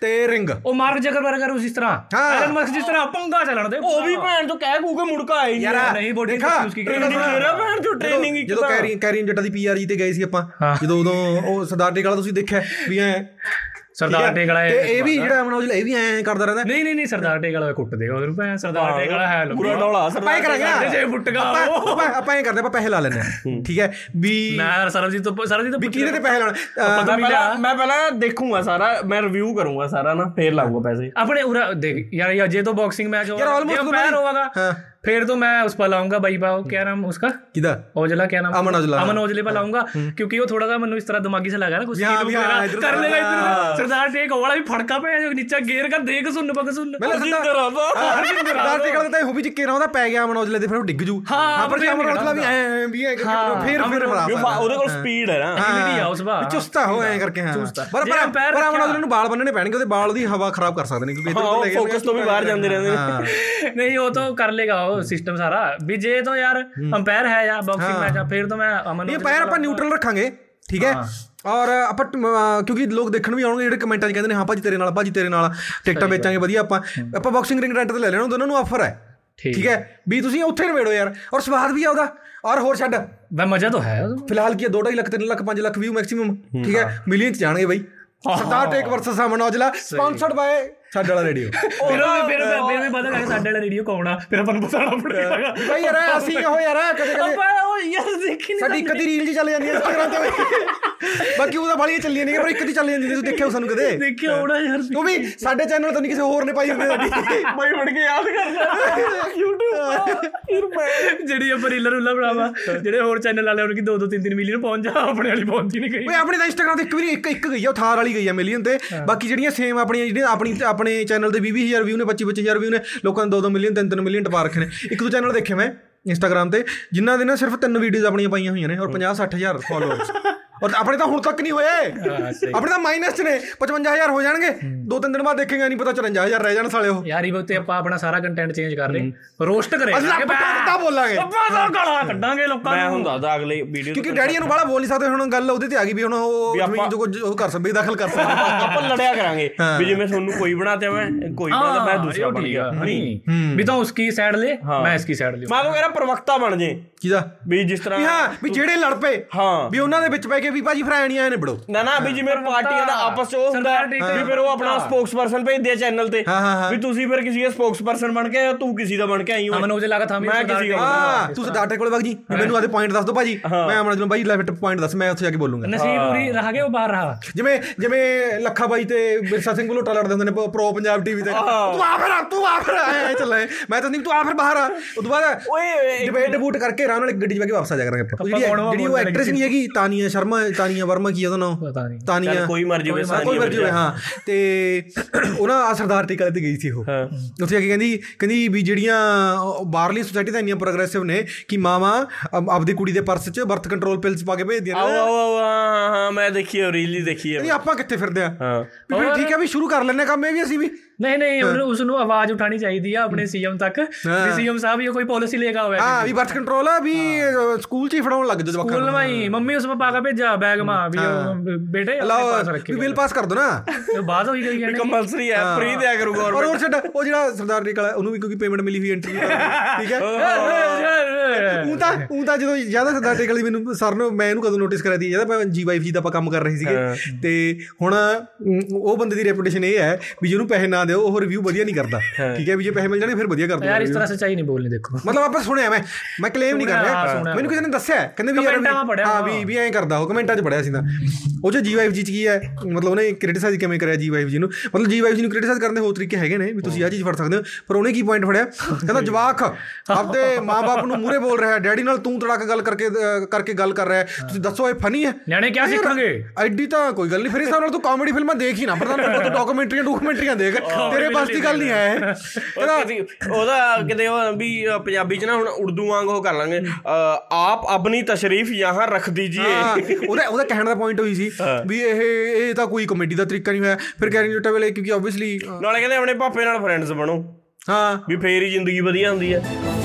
S3: ਤੇ ਰਿੰਗ
S1: ਉਹ ਮਾਰਕ ਜ਼ਕਰਬਰਗ ਕਰ ਉਸ ਇਸ ਤਰ੍ਹਾਂ ਐਲਨ ਮਸਕ ਜਿਸ ਤਰ੍ਹਾਂ ਪੰਗਾ ਚੱਲਣ ਦੇ
S2: ਉਹ ਵੀ ਭੈਣ ਤੋਂ ਕਹਿ ਕੂ ਕੇ ਮੁੜਕਾ ਆਈ ਨਹੀਂ
S1: ਯਾਰ ਨਹੀਂ ਬੋਡੀ ਯੂਜ਼ ਕੀ
S2: ਟ੍ਰੇਨਿੰਗ ਦੇ ਰਿਹਾ ਭੈਣ ਤੋਂ ਟ੍ਰੇਨਿੰਗ ਇੱਕ
S3: ਜਦੋਂ
S2: ਤਾਂ
S3: ਕੈਰੀ ਕੈਰੀਨ ਜੱਟਾ ਦੀ ਪੀਆਰਜੀ ਤੇ ਗਏ ਸੀ ਆਪਾਂ ਜਦੋਂ ਉਦੋਂ ਉਹ ਸਰਦਾਰ ਟੇਕ ਵਾਲਾ ਤੁਸੀਂ ਦੇਖਿਆ ਵੀ ਐ
S1: ਸਰਦਾਰ ਟੇਕ ਵਾਲਾ
S3: ਤੇ ਇਹ ਵੀ ਜਿਹੜਾ ਮਨੋਜ ਇਹ ਵੀ ਐ ਕਰਦਾ ਰਹਿੰਦਾ
S1: ਨਹੀਂ ਨਹੀਂ ਨਹੀਂ ਸਰਦਾਰ ਟੇਕ ਵਾਲਾ ਕੁੱਟ ਦੇਗਾ ਉਹਨੂੰ ਭੈਣ ਸਰਦਾਰ ਟੇਕ ਵਾਲਾ ਹੈ
S2: ਪੂਰਾ ਡੋਲਾ
S3: ਆਪਾਂ ਇਹ ਕਰਾਂਗੇ ਨਾ
S1: ਜੇ ਫੁੱਟਗਾ
S3: ਆਪਾਂ ਆਪਾਂ ਆਪਾਂ ਇਹ ਕਰਦੇ ਆਪਾਂ ਪੈਸੇ ਲਾ ਲੈਣੇ ਠੀਕ ਹੈ ਵੀ
S1: ਮੈਂ ਸਰਬਜੀਤ ਤੋਂ ਸਰਬਜੀਤ
S3: ਵੀ
S1: ਤੋਂ
S3: ਕਿਹਦੇ ਤੇ ਪੈਸੇ ਲਾਉਣ
S2: ਮੈਂ ਪਹਿਲਾਂ ਮੈਂ ਪਹਿਲਾਂ ਦੇਖੂੰਗਾ ਸਾਰਾ ਮੈਂ ਰਿਵਿਊ ਕਰੂੰਗਾ ਸਾਰਾ ਨਾ ਫੇਰ ਲਾਊਗਾ ਪੈਸੇ
S1: ਆਪਣੇ ਉਰਾ ਦੇਖ यार ये अजय तो बॉक्सिंग मैच हो यार
S3: almost तो
S1: पैर
S3: नहीं-
S1: होगा
S3: हाँ।
S1: फिर तो मैं उस पर लाऊंगा भाई पाओ क्या नाम उसका
S3: ਕਿਹਦਾ
S1: औजला क्या नाम
S3: अमन औजला,
S1: अमन औजले पर लाऊंगा क्योंकि वो थोड़ा सा मनु इस तरह दिमागी से लगा ना कुछ
S3: भी हाँ,
S1: skill
S3: भी हाँ,
S1: वगैरह
S3: इधर
S1: कर
S3: उधर,
S1: लेगा इधर
S3: हाँ।
S1: उधर। सरदार टेक वाला भी फड़का पे है, जो नीचे गिर कर देख सुन पक सुन
S3: ਮੈਂ
S2: ਜਿੰਦਰ ਆਵਾ
S3: ਸਰਦਾਰ ਟੇਕ ਵਾਲਾ ਤਾਂ ਇਹੋ ਵੀ ਜਿੱਕੇ ਰਹਿੰਦਾ ਪੈ ਗਿਆ ਮਨੋਜ ਲੈ ਤੇ ਫਿਰ ਉਹ ਡਿੱਗ ਜੂ ਪਰ ਜੇ ਮਨੋਜ ਲਾ ਵੀ ਐ ਵੀ ਐ ਫਿਰ
S2: ਵੀ
S3: ਫਿਰ
S2: ਉਹ ਬਾ- ਉਹਦੇ ਕੋਲ ਸਪੀਡ ਹੈ ਨਾ
S1: Agility ਆ ਉਸ ਬਾਅਦ।
S3: ਚੁਸਤਾ ਹੋ ਐ ਕਰਕੇ ਹਾਂ ਪਰ
S1: ਜੇ ਅੰਪਾਇਰ
S3: ਪਰ ਪਰ
S1: ਰੱਖਿਆ-
S3: ਮਨੋਜ ਨੂੰ ਵਾਲ ਬੰਨਣੇ ਪੈਣਗੇ ਉਹਦੇ ਵਾਲ ਦੀ ਹਵਾ ਖਰਾਬ ਕਰ ਸਕਦੇ ਨੇ ਕਿਉਂਕਿ
S2: ਹਾਂ
S3: ਇੱਧਰ
S2: ਉਹ
S3: ਉੱਧਰ ਲੈ
S2: ਫੋਕਸ ਤੋਂ ਵੀ ਬਾਹਰ ਜਾਂਦੇ ਰਹਿੰਦੇ ਨੇ
S3: ਹਾਂ
S1: नहीं वो तो कर लेगा वो सिस्टम सारा भी जे तो यार अंपायर है यार बॉक्सिंग मैच फिर तो मैं अमन
S3: ਇਹ
S1: औजले
S3: ਪੈਰ
S1: को
S3: ਆਪਾਂ ਨਿਊਟਰਲ ਰੱਖਾਂਗੇ ਠੀਕ ਹੈ ਔਰ ਆਪਾਂ ਟ- ਅਹ ਕਿਉਂਕਿ ਲੋਕ ਦੇਖਣ ਵੀ ਆਉਣਗੇ ਜਿਹੜੇ ਕਮੈਂਟਾਂ 'ਚ ਕਹਿੰਦੇ ਨੇ ਹਾਂ ਭਾਜੀ ਤੇਰੇ ਨਾਲ ਭਾਜੀ ਤੇਰੇ ਨਾਲ ਟਿਕਟਾਂ ਵੇਚਾਂਗੇ ਵਧੀਆ ਆਪਾਂ ਆਪਾਂ ਬਾਕਸਿੰਗ ਰਿੰਗ ਰੈਂਟ ਤੇ ਲੈ ਲੈਣਾ ਦੋਨਾਂ ਨੂੰ ਆਫਰ ਹੈ
S1: ਠੀਕ
S3: ਠੀਕ ਹੈ ਵੀ ਤੁਸੀਂ ਉੱਥੇ ਨਵੇੜੋ ਯਾਰ ਔਰ ਸਵਾਦ ਵੀ ਆ ਉਹਦਾ ਔਰ ਹੋਰ ਛੱਡ
S1: भाई मजा तो है
S3: ਫਿਲਹਾਲ ਕੀ 2.5 ਲੱਖ 3 ਲੱਖ 5 ਲੱਖ ਵੀਊ ਮੈਕਸਿਮਮ ਠੀਕ ਹੈ ਮਿਲੀਅਨ 'ਚ ਜਾਣਗੇ ਬਈ ਸਰਦਾਰ ਟੇਕ versus Aman Aujla sponsored by ਸਾਡੇ ਵਾਲਾ ਰੇਡੀਓ
S1: फिर फिर फिर भी पता लगा साडे वाला रेडियो कौन आ फिर अपन बताना पड़ेगा
S3: ਬਈ ਯਾਰ ਅਸੀਂ ਇਹੋ ਯਾਰ ਕਦੇ ਕਦੇ
S1: ਆਪਾਂ ਉਹ ਯਾਰ ਦੇਖੀ ਨਹੀਂ
S3: ਸਾਡੀ ਇੱਕ ਅੱਧੀ ਰੀਲ ਜੀ ਚੱਲ ਜਾਂਦੀ ਹੈ ਇੰਸਟਾਗ੍ਰਾਮ ਤੇ ਬਈ। ਬਾਕੀ ਉਹਦਾ ਬਾਲੀਆਂ ਚੱਲੀਆਂ ਨਹੀਂ ਪਰ ਇੱਕ ਦੀ ਚੱਲ ਜਾਂਦੀ ਤੁਸੀਂ ਦੇਖਿਓ ਸਾਨੂੰ ਕਦੇ
S1: ਦੇਖਿਆ ਹੋਣਾ ਯਾਰ
S3: ਉਹ ਵੀ ਸਾਡੇ ਚੈਨਲ ਤੋਂ ਨਹੀਂ ਕਿਸੇ ਹੋਰ ਨੇ ਪਾਈ ਹੁੰਦੀ ਸਾਡੀ
S2: ਬਈ ਮੁੜ ਕੇ ਯਾਦ ਕਰ ਲੈ
S1: ਜਿਹੜੀ ਆਪਾਂ ਰੀਲਾਂ ਰੂਲਾਂ ਬਣਾਵਾ ਜਿਹੜੇ ਹੋਰ ਚੈਨਲ ਵਾਲੇ ਉਹਨਾਂ ਕੀ 2 2 3 3 ਮਿਲੀਅਨ ਪਹੁੰਚ ਜਾ ਆਪਣੇ ਵਾਲੀ ਪਹੁੰਚੀ ਨਹੀਂ ਗਈ
S3: ਓਏ ਆਪਣੀ ਤਾਂ ਇੰਸਟਾਗ੍ਰਾਮ ਤੇ ਇੱਕ ਵੀ ਨਹੀਂ ਇੱਕ ਇੱਕ ਗਈ ਆ ਉਹ ਥਾਰ ਵਾਲੀ ਗਈ ਆ ਮਿਲੀਅਨ ਤੇ ਬਾਕੀ ਜਿਹੜੀਆਂ ਸੇਮ ਆਪਣੀਆਂ ਜਿਹੜੀਆਂ ਆਪਣੀ ਆਪਣੀ ਆਪਣੇ ਚੈਨਲ ਦੇ 20-20000 ਵਿਊ ਨੇ 25-25000 ਵਿਊ ਨੇ ਲੋਕਾਂ ਨੇ 2-2 ਮਿਲੀਅਨ 3-3 ਮਿਲੀਅਨ ਟਪਾ ਰੱਖੇ ਨੇ ਇੱਕ ਦੋ ਚੈਨਲ ਦੇਖੇ ਮੈਂ ਇੰਸਟਾਗ੍ਰam ਤੇ ਜਿਨ੍ਹਾਂ ਦੇ ਨਾ ਸਿਰਫ ਤਿੰਨ ਵੀਡੀਓਜ਼ ਆਪਣੀਆਂ ਪਾਈਆਂ ਹੋਈਆਂ ਨੇ ਔਰ 50-60000 ਫਾਲੋਅਰਸ ਔਰ ਆਪਣੇ ਤਾਂ ਹੁਣ ਤੱਕ ਨਹੀਂ ਹੋਏ ਆਪਣੇ ਤਾਂ ਮਾਈਨਸ ਨੇ 55000 ਹੋ ਜਾਣਗੇ ਦੋ ਤਿੰਨ ਦਿਨ ਬਾਅਦ ਦੇਖੇਗਾ ਨਹੀਂ ਪਤਾ 54000 ਰਹਿ ਜਾਣ ਸਾਲੇ ਉਹ
S1: ਯਾਰ ਇਹ ਤੇ ਆਪਾਂ ਆਪਣਾ ਸਾਰਾ ਕੰਟੈਂਟ ਚੇਂਜ ਕਰ ਰਹੇ ਰੋਸਟ ਕਰੇ
S3: ਅਸੀਂ ਲੱਭ ਤਾਂ ਬੋਲਾਂਗੇ
S1: ਅੱਬਾ ਦਾ ਗਾਲਾਂ ਕੱਢਾਂਗੇ ਲੋਕਾਂ
S2: ਮੈਂ
S1: ਨੂੰ
S2: ਹੁਣ ਦੱਸਦਾ ਅਗਲੇ ਵੀਡੀਓ
S3: ਕਿਉਂਕਿ ਡੈਡੀ ਨੂੰ ਬਾਲਾ ਬੋਲ ਨਹੀਂ ਸਕਦੇ ਹੁਣ ਗੱਲ ਉਹਦੇ ਤੇ ਆ ਗਈ ਵੀ ਹੁਣ ਉਹ
S2: ਵੀ ਆਪਾਂ-
S3: ਜ਼ਮੀਨ 'ਚ ਕੁਝ ਉਹ ਕਰ ਸਕਦੇ ਦਖਲ ਕਰ ਸਕਦੇ
S2: ਆਪਾਂ ਲੜਿਆ ਕਰਾਂਗੇ ਵੀ ਜਿਵੇਂ ਤੁਹਾਨੂੰ ਕੋਈ ਬਣਾਤੇ ਮੈਂ ਕੋਈ ਬਣਾਤਾ ਮੈਂ ਦੂਸਰਾ ਬਣ ਗਿਆ ਨਹੀਂ
S1: ਨਹੀਂ ਵੀ ਤਾਂ ਉਸकी ਸਾਈਡ ਲੈ ਮੈਂ ਇਸकी ਸਾਈਡ ਲਿਓ
S2: ਮੈਂ ਤਾਂ ਕਹਿੰਦਾ ਪ੍ਰਵਕਤਾ ਬਣ ਜੇ
S3: ਕਿਹਦਾ
S2: ਵੀ ਜਿਸ
S3: ਵੀ
S2: ਤਰ੍ਹਾਂ
S3: ਹਾਂ ਵੀ ਜਿਹੜੇ ਲੜ ਪਏ
S2: ਹਾਂ।
S3: ਵੀ ਉਹਨਾਂ ਦੇ ਵਿੱਚ ਪੈ ਕੇ ਵੀ ਭਾਜੀ ਫਰਾਇਣੀ ਆਏ ਨੇ ਬੜੋ
S2: ਨਾ ਨਾ ਵੀ ਜਿਵੇਂ ਪਾਰਟੀਆਂ ਦਾ ਆਪਸ ਚ ਉਹ ਹੁੰਦਾ ਹੈ
S1: ਸਰਕਾਰ ਠੀਕ
S2: ਵੀ ਫਿਰ ਉਹ ਆਪਣਾ ਸਪੋਕਸਪਰਸਨ ਭੇਜਦੇ ਆ ਚੈਨਲ ਤੇ
S3: ਹਾਂ, ਹਾਂ, ਹਾਂ।
S2: ਵੀ ਤੁਸੀਂ ਫਿਰ ਕਿਸੇ ਦਾ ਸਪੋਕਸਪਰਸਨ ਬਣ ਕੇ ਆਏ ਹੋ, ਤੂੰ ਕਿਸੇ ਦਾ ਬਣ ਕੇ ਆਈ ਹੋ
S1: ਮੈਨੂੰ ਉਹਦੇ ਲੱਗਾ ਥਾ
S2: ਮੈਂ ਕਿਸੇ ਦਾ
S3: ਹਾਂ ਤੁਸੀਂ ਡਾਕਟਰ ਕੋਲ ਵਗ ਜੀ ਵੀ ਮੈਨੂੰ ਆਦੇ ਪੁਆਇੰਟ ਦੱਸ ਦਿਓ ਭਾਜੀ ਮੈਂ ਆਪਣਾ ਜਦੋਂ ਭਾਜੀ ਲੈਵਟ ਪੁਆਇੰਟ ਦੱਸ ਮੈਂ ਉੱਥੇ ਜਾ ਕੇ ਬੋਲੂੰਗਾ
S1: ਨਸੀਬ ਪੂਰੀ ਰਹਾ ਗਿਆ ਉਹ ਬਾਹਰ ਰਹਾ
S3: ਜਿਵੇਂ ਜਿਵੇਂ ਲੱਖਾ ਬਾਈ ਤੇ ਬਿਰਸਾ ਸਿੰਘ ਬਲੋਟਾ ਲੜਦੇ ਹੁੰਦੇ ਨੇ ਪ੍ਰੋ ਪੰਜਾਬ ਟੀਵੀ ਤੇ ਤੂੰ ਆ ਫਿਰ ਆ, ਤੂੰ ਆ ਫਿਰ ਐ ਐ ਚੱਲੇ ਮੈਂ ਤਾਂ ਨਹੀਂ ਤੂੰ ਆ ਫਿਰ ਬਾਹਰ ਆ ਉਸ ਤੋਂ ਬਾਅਦ
S2: ਓਏ
S3: ਡਿਬੇਟ ਡਿਬੂਟ ਕਰਕੇ ਆਰਾਮ ਨਾਲ ਇੱਕ ਗੱਡੀ 'ਚ ਬਹਿ ਕੇ ਵਾਪਸ ਆ ਜਾ ਕਰਾਂਗੇ ਆਪਾਂ ਜਿਹੜੀ
S1: ਕੌਣ ਵਾ
S3: ਜਿਹੜੀ ਉਹ
S1: ਬੋਲਣ
S3: ਐਕਟ੍ਰੈਸ ਨਹੀਂ ਹੈਗੀ ਤਾਨੀਆ ਸ਼ਰਮਾ ਤਾਨੀਆ ਵਰਮਾ ਕੀ ਆ ਉਹਦਾ ਨਾਮ
S1: ਪਤਾ ਨਹੀਂ।
S3: ਤਾਨੀਆ
S2: ਚੱਲ ਕੋਈ ਮਰਜੀ ਹੋਵੇ
S3: ਹਾਂ, ਕੋਈ
S2: ਸਾਰੀ
S3: ਵਰਜੀ ਹੋਵੇ ਹਾਂ ਤੇ ਉਹਨਾਂ ਆ ਸਰਦਾਰ ਟਿਕਾਲੇ ਤੇ ਗਈ ਸੀ ਉਹ
S2: ਹਾਂ।
S3: ਉੱਥੇ ਜਾ ਕੇ ਕਹਿੰਦੀ ਕਹਿੰਦੀ ਵੀ ਜਿਹੜੀਆਂ ਉਹ ਬਾਹਰਲੀ ਸੁਸਾਇਟੀ ਤਾਂ ਇੰਨੀਆਂ ਪ੍ਰੋਗਰੈਸਿਵ ਨੇ ਕਿ ਮਾਵਾ ਆਪਦੀ ਕੁੜੀ ਦੇ ਪਰਸ 'ਚ ਬਰਥ ਕੰਟਰੋਲ ਪਿਲਸ ਪਾ ਕੇ ਭੇਜਦੀਆਂ
S2: ਆਓ
S3: ਨੇ
S2: ਆਓ ਆਓ ਹਾਂ ਹਾਂ ਮੈਂ ਦੇਖੀ ਹੈ ਰੀਲੀ ਦੇਖੀ
S3: ਕਹਿੰਦੀ
S2: ਹੈ
S3: ਆਪਾਂ ਕਿੱਥੇ ਫਿਰਦੇ ਆ
S2: ਹਾਂ
S3: ਵੀ ਫਿਰ ਠੀਕ ਆ ਵੀ ਸ਼ੁਰੂ ਕਰ ਲੈਣੇ ਕੰਮ ਇਹ ਵੀ ਅਸੀਂ ਵੀ
S1: ਨਹੀਂ ਨਹੀਂ ਉਸ ਨੂੰ ਆਵਾਜ਼ ਉਠਾਣੀ ਚਾਹੀਦੀ ਆ ਆਪਣੇ ਸੀਐਮ ਤੱਕ ਵੀ ਸੀਐਮ ਸਾਹਿਬ ਇਹ ਕੋਈ ਪਾਲਿਸੀ ਲੇਗਾ ਹੋਵੇ
S3: ਹਾਂ ਵੀ ਬਰਥ ਕੰਟਰੋਲ ਆ ਵੀ ਅ, ਸਕੂਲ 'ਚ ਹੀ ਫੜਾਉਣ ਲੱਗ ਜਾ ਜਵਾਕਾਂ
S1: ਸਕੂਲ
S3: ਨੂੰ
S1: ਮਾਈ ਮੰਮੀ ਉਸ ਪਾ ਕੇ ਭੇਜਾ ਬੈਗ ਮਾ ਵੀ ਉਹ ਬੇਟੇ
S3: ਲਓ
S1: ਪਾਸ ਰੱਖੀ
S3: ਵੀ ਬਿੱਲ ਪਾਸ ਕਰ ਦੋ ਨਾ
S1: ਬਾਅਦ ਹੋਈ ਗਈ ਹੈ
S2: ਕੰਪਲਸਰੀ ਹੈ ਫ੍ਰੀ ਦਿਆ ਕਰੂ
S3: ਔਰ
S2: ਗਵਰਨਮੈਂਟ
S3: ਹੋਰ ਛੱਡ ਉਹ ਜਿਹੜਾ ਸਰਦਾਰ ਨਿਕਲਾ ਉਹਨੂੰ ਵੀ ਕਿਉਂਕਿ ਪੇਮੈਂਟ ਮਿਲੀ ਹੋਈ ਐਂਟਰੀ ਠੀਕ ਹੈ ਉਹ ਤਾਂ ਉਹ ਤਾਂ ਜਦੋਂ ਜਿਆਦਾ ਸਰਦਾਰ ਟੇਕਲ ਦੀ ਮੈਨੂੰ ਸਰ ਨੇ ਮੈਂ ਇਹਨੂੰ ਕਦੋਂ ਨੋਟਿਸ ਕਰਿਆ ਸੀ ਜਦੋਂ ਮੈਂ ਜੀ ਵਾਈਫ ਜੀ ਦਾ ਆਪਾਂ ਕੰਮ ਕਰ ਰਹੇ ਸੀਗੇ ਤੇ ਹੁਣ ਅਮ, ਉਹ ਬੰਦੇ ਦੀ ਰੈਪੂਟੇਸ਼ਨ ਇਹ ਹੈ ਵੀ ਜਿਹਨੂੰ ਪੈਸੇ ਨਾ ਦਿਓ ਉਹ ਰਿਵਿਊ ਵਧੀਆ ਨਹੀਂ ਕਰਦਾ ਠੀਕ ਹੈ ਵੀ ਜੇ ਪੈਸੇ ਮਿਲ ਜਾਣੇ ਫਿਰ ਵਧੀਆ ਕਰ ਦੂਗਾ
S1: ਯਾਰ ਇਸ ਤਰ੍ਹਾਂ ਸੱਚਾਈ ਨਹੀਂ ਬੋਲਣੀ ਦੇਖੋ
S3: ਮਤਲਬ ਆਪਾਂ ਸੁਣਿਆ ਮੈਂ ਮੈਂ ਕਲੇਮ ਨਹੀਂ ਕਰ
S1: ਸੁਣਿਆ, ਹਾਂ,
S3: ਰਿਹਾ
S1: ਸੁਣਿਆ।
S3: ਮੈਨੂੰ ਕਿਸੇ ਨੇ ਦੱਸਿਆ ਹੈ, ਕਹਿੰਦੇ ਵੀ ਯਾਰ
S1: ਕਮੈਂਟਾਂ
S3: ਵੀ-
S1: ਮੈਂ ਪੜ੍ਹਿਆ
S3: ਹਾਂ
S1: ਵਾ।
S3: ਵੀ ਵੀ ਐਂ ਕਰਦਾ ਉਹ ਕਮੈਂਟਾਂ 'ਚ ਪੜਿਆ ਸੀ ਨਾ ਉਹ 'ਚ ਜੀ ਵਾਈਫ ਜੀ 'ਚ ਕੀ ਹੈ ਮਤਲਬ ਉਹਨੇ ਕ੍ਰਿਟਿਸਾਈਜ਼ ਕਿਵੇਂ ਕਰਿਆ ਜੀ ਵਾਈਫ ਜੀ ਨੂੰ ਮਤਲਬ ਜੀ ਵਾਈਫ ਜੀ ਨੂੰ ਕ੍ਰਿਟਿਸਾਈਜ਼ ਕਰਨ ਦੇ ਹੋਰ ਤਰੀਕੇ ਹੈਗੇ ਨੇ ਵੀ ਤੁਸੀਂ ਆਹ ਚੀਜ਼ ਫੜ ਸਕਦੇ ਹੋ ਪਰ ਉਹਨੇ ਕੀ ਪੁਆਇੰਟ ਫੜਿਆ ਕਹਿੰਦਾ ਜਵਾਕ ਆਪਦੇ ਮਾਪੇ ਨੂੰ ਮੂਰੇ ਬੋਲ ਰਿਹਾ ਹੈ ਡੈਡੀ ਨਾਲ ਤੂੰ ਤੜਾਕ ਗੱਲ ਕਰਕੇ ਅਹ, ਕਰਕੇ ਗੱਲ ਕਰ ਰਿਹਾ ਹੈ ਤੁਸੀਂ ਦੱਸੋ ਇਹ ਫਨੀ ਹੈ
S1: ਨਿਆਣੇ ਕੀ ਸਿੱਖਣਗੇ
S3: ਐਡੀ ਤਾਂ ਕੋਈ ਗੱਲ ਨਹੀਂ ਫਿਰ ਇਸ ਹਿਸਾਬ ਨਾਲ ਤੂੰ ਕਾਮੇਡੀ ਫਿਲਮਾਂ ਦੇਖ ਹੀ ਨਾ ਪ੍ਰਧਾਨ ਮੰਤਰੀ ਤੂੰ ਡਾਕੂਮੈਂਟਰੀਆਂ ਡਾਕੂਮੈਂਟਰੀਆਂ ਦੇਖ ਤੇਰੇ ਬਸ ਦੀ ਗੱਲ ਨਹੀਂ ਹੈ ਇਹ। ਕਹਿੰਦਾ
S2: ਉਹਦਾ ਕਿਤੇ ਉਹ ਵੀ ਅ, ਪੰਜਾਬੀ ਚ ਨਾ ਹੁਣ ਉਰਦੂ ਵਾਂਗ ਉਹ ਕਰ ਲਾਂਗੇ ਅ, ਆਪ ਆਪਣੀ ਤਸ਼ਰੀਫ ਯਹਾਂ ਰੱਖ
S3: ਹਾਂ,
S2: ਦੀਜੀਏ
S3: ਉਹਦਾ ਉਹਦਾ ਕਹਿਣ ਦਾ ਪੁਆਇੰਟ ਹੋਈ ਸੀ ਵੀ ਇਹ ਇਹ ਤਾਂ ਕੋਈ ਕਮੇਡੀ ਦਾ ਤਰੀਕਾ ਨਹੀਂ ਹੋਇਆ ਫਿਰ ਕੈਰੀ ਜੋਟਾ ਵੇਲੇ ਕਿਉਂਕਿ ਆਬਵੀਅਸਲੀ
S2: ਨਾਲੇ ਕਹਿੰਦੇ ਆਪਣੇ ਪਾਪੇ ਨਾਲ ਫਰੈਂਡਸ ਬਣੋ
S3: ਹਾਂ
S2: ਵੀ ਫੇਰ ਹੀ ਜ਼ਿੰਦਗੀ ਵਧੀਆ ਹੁੰਦੀ ਹੈ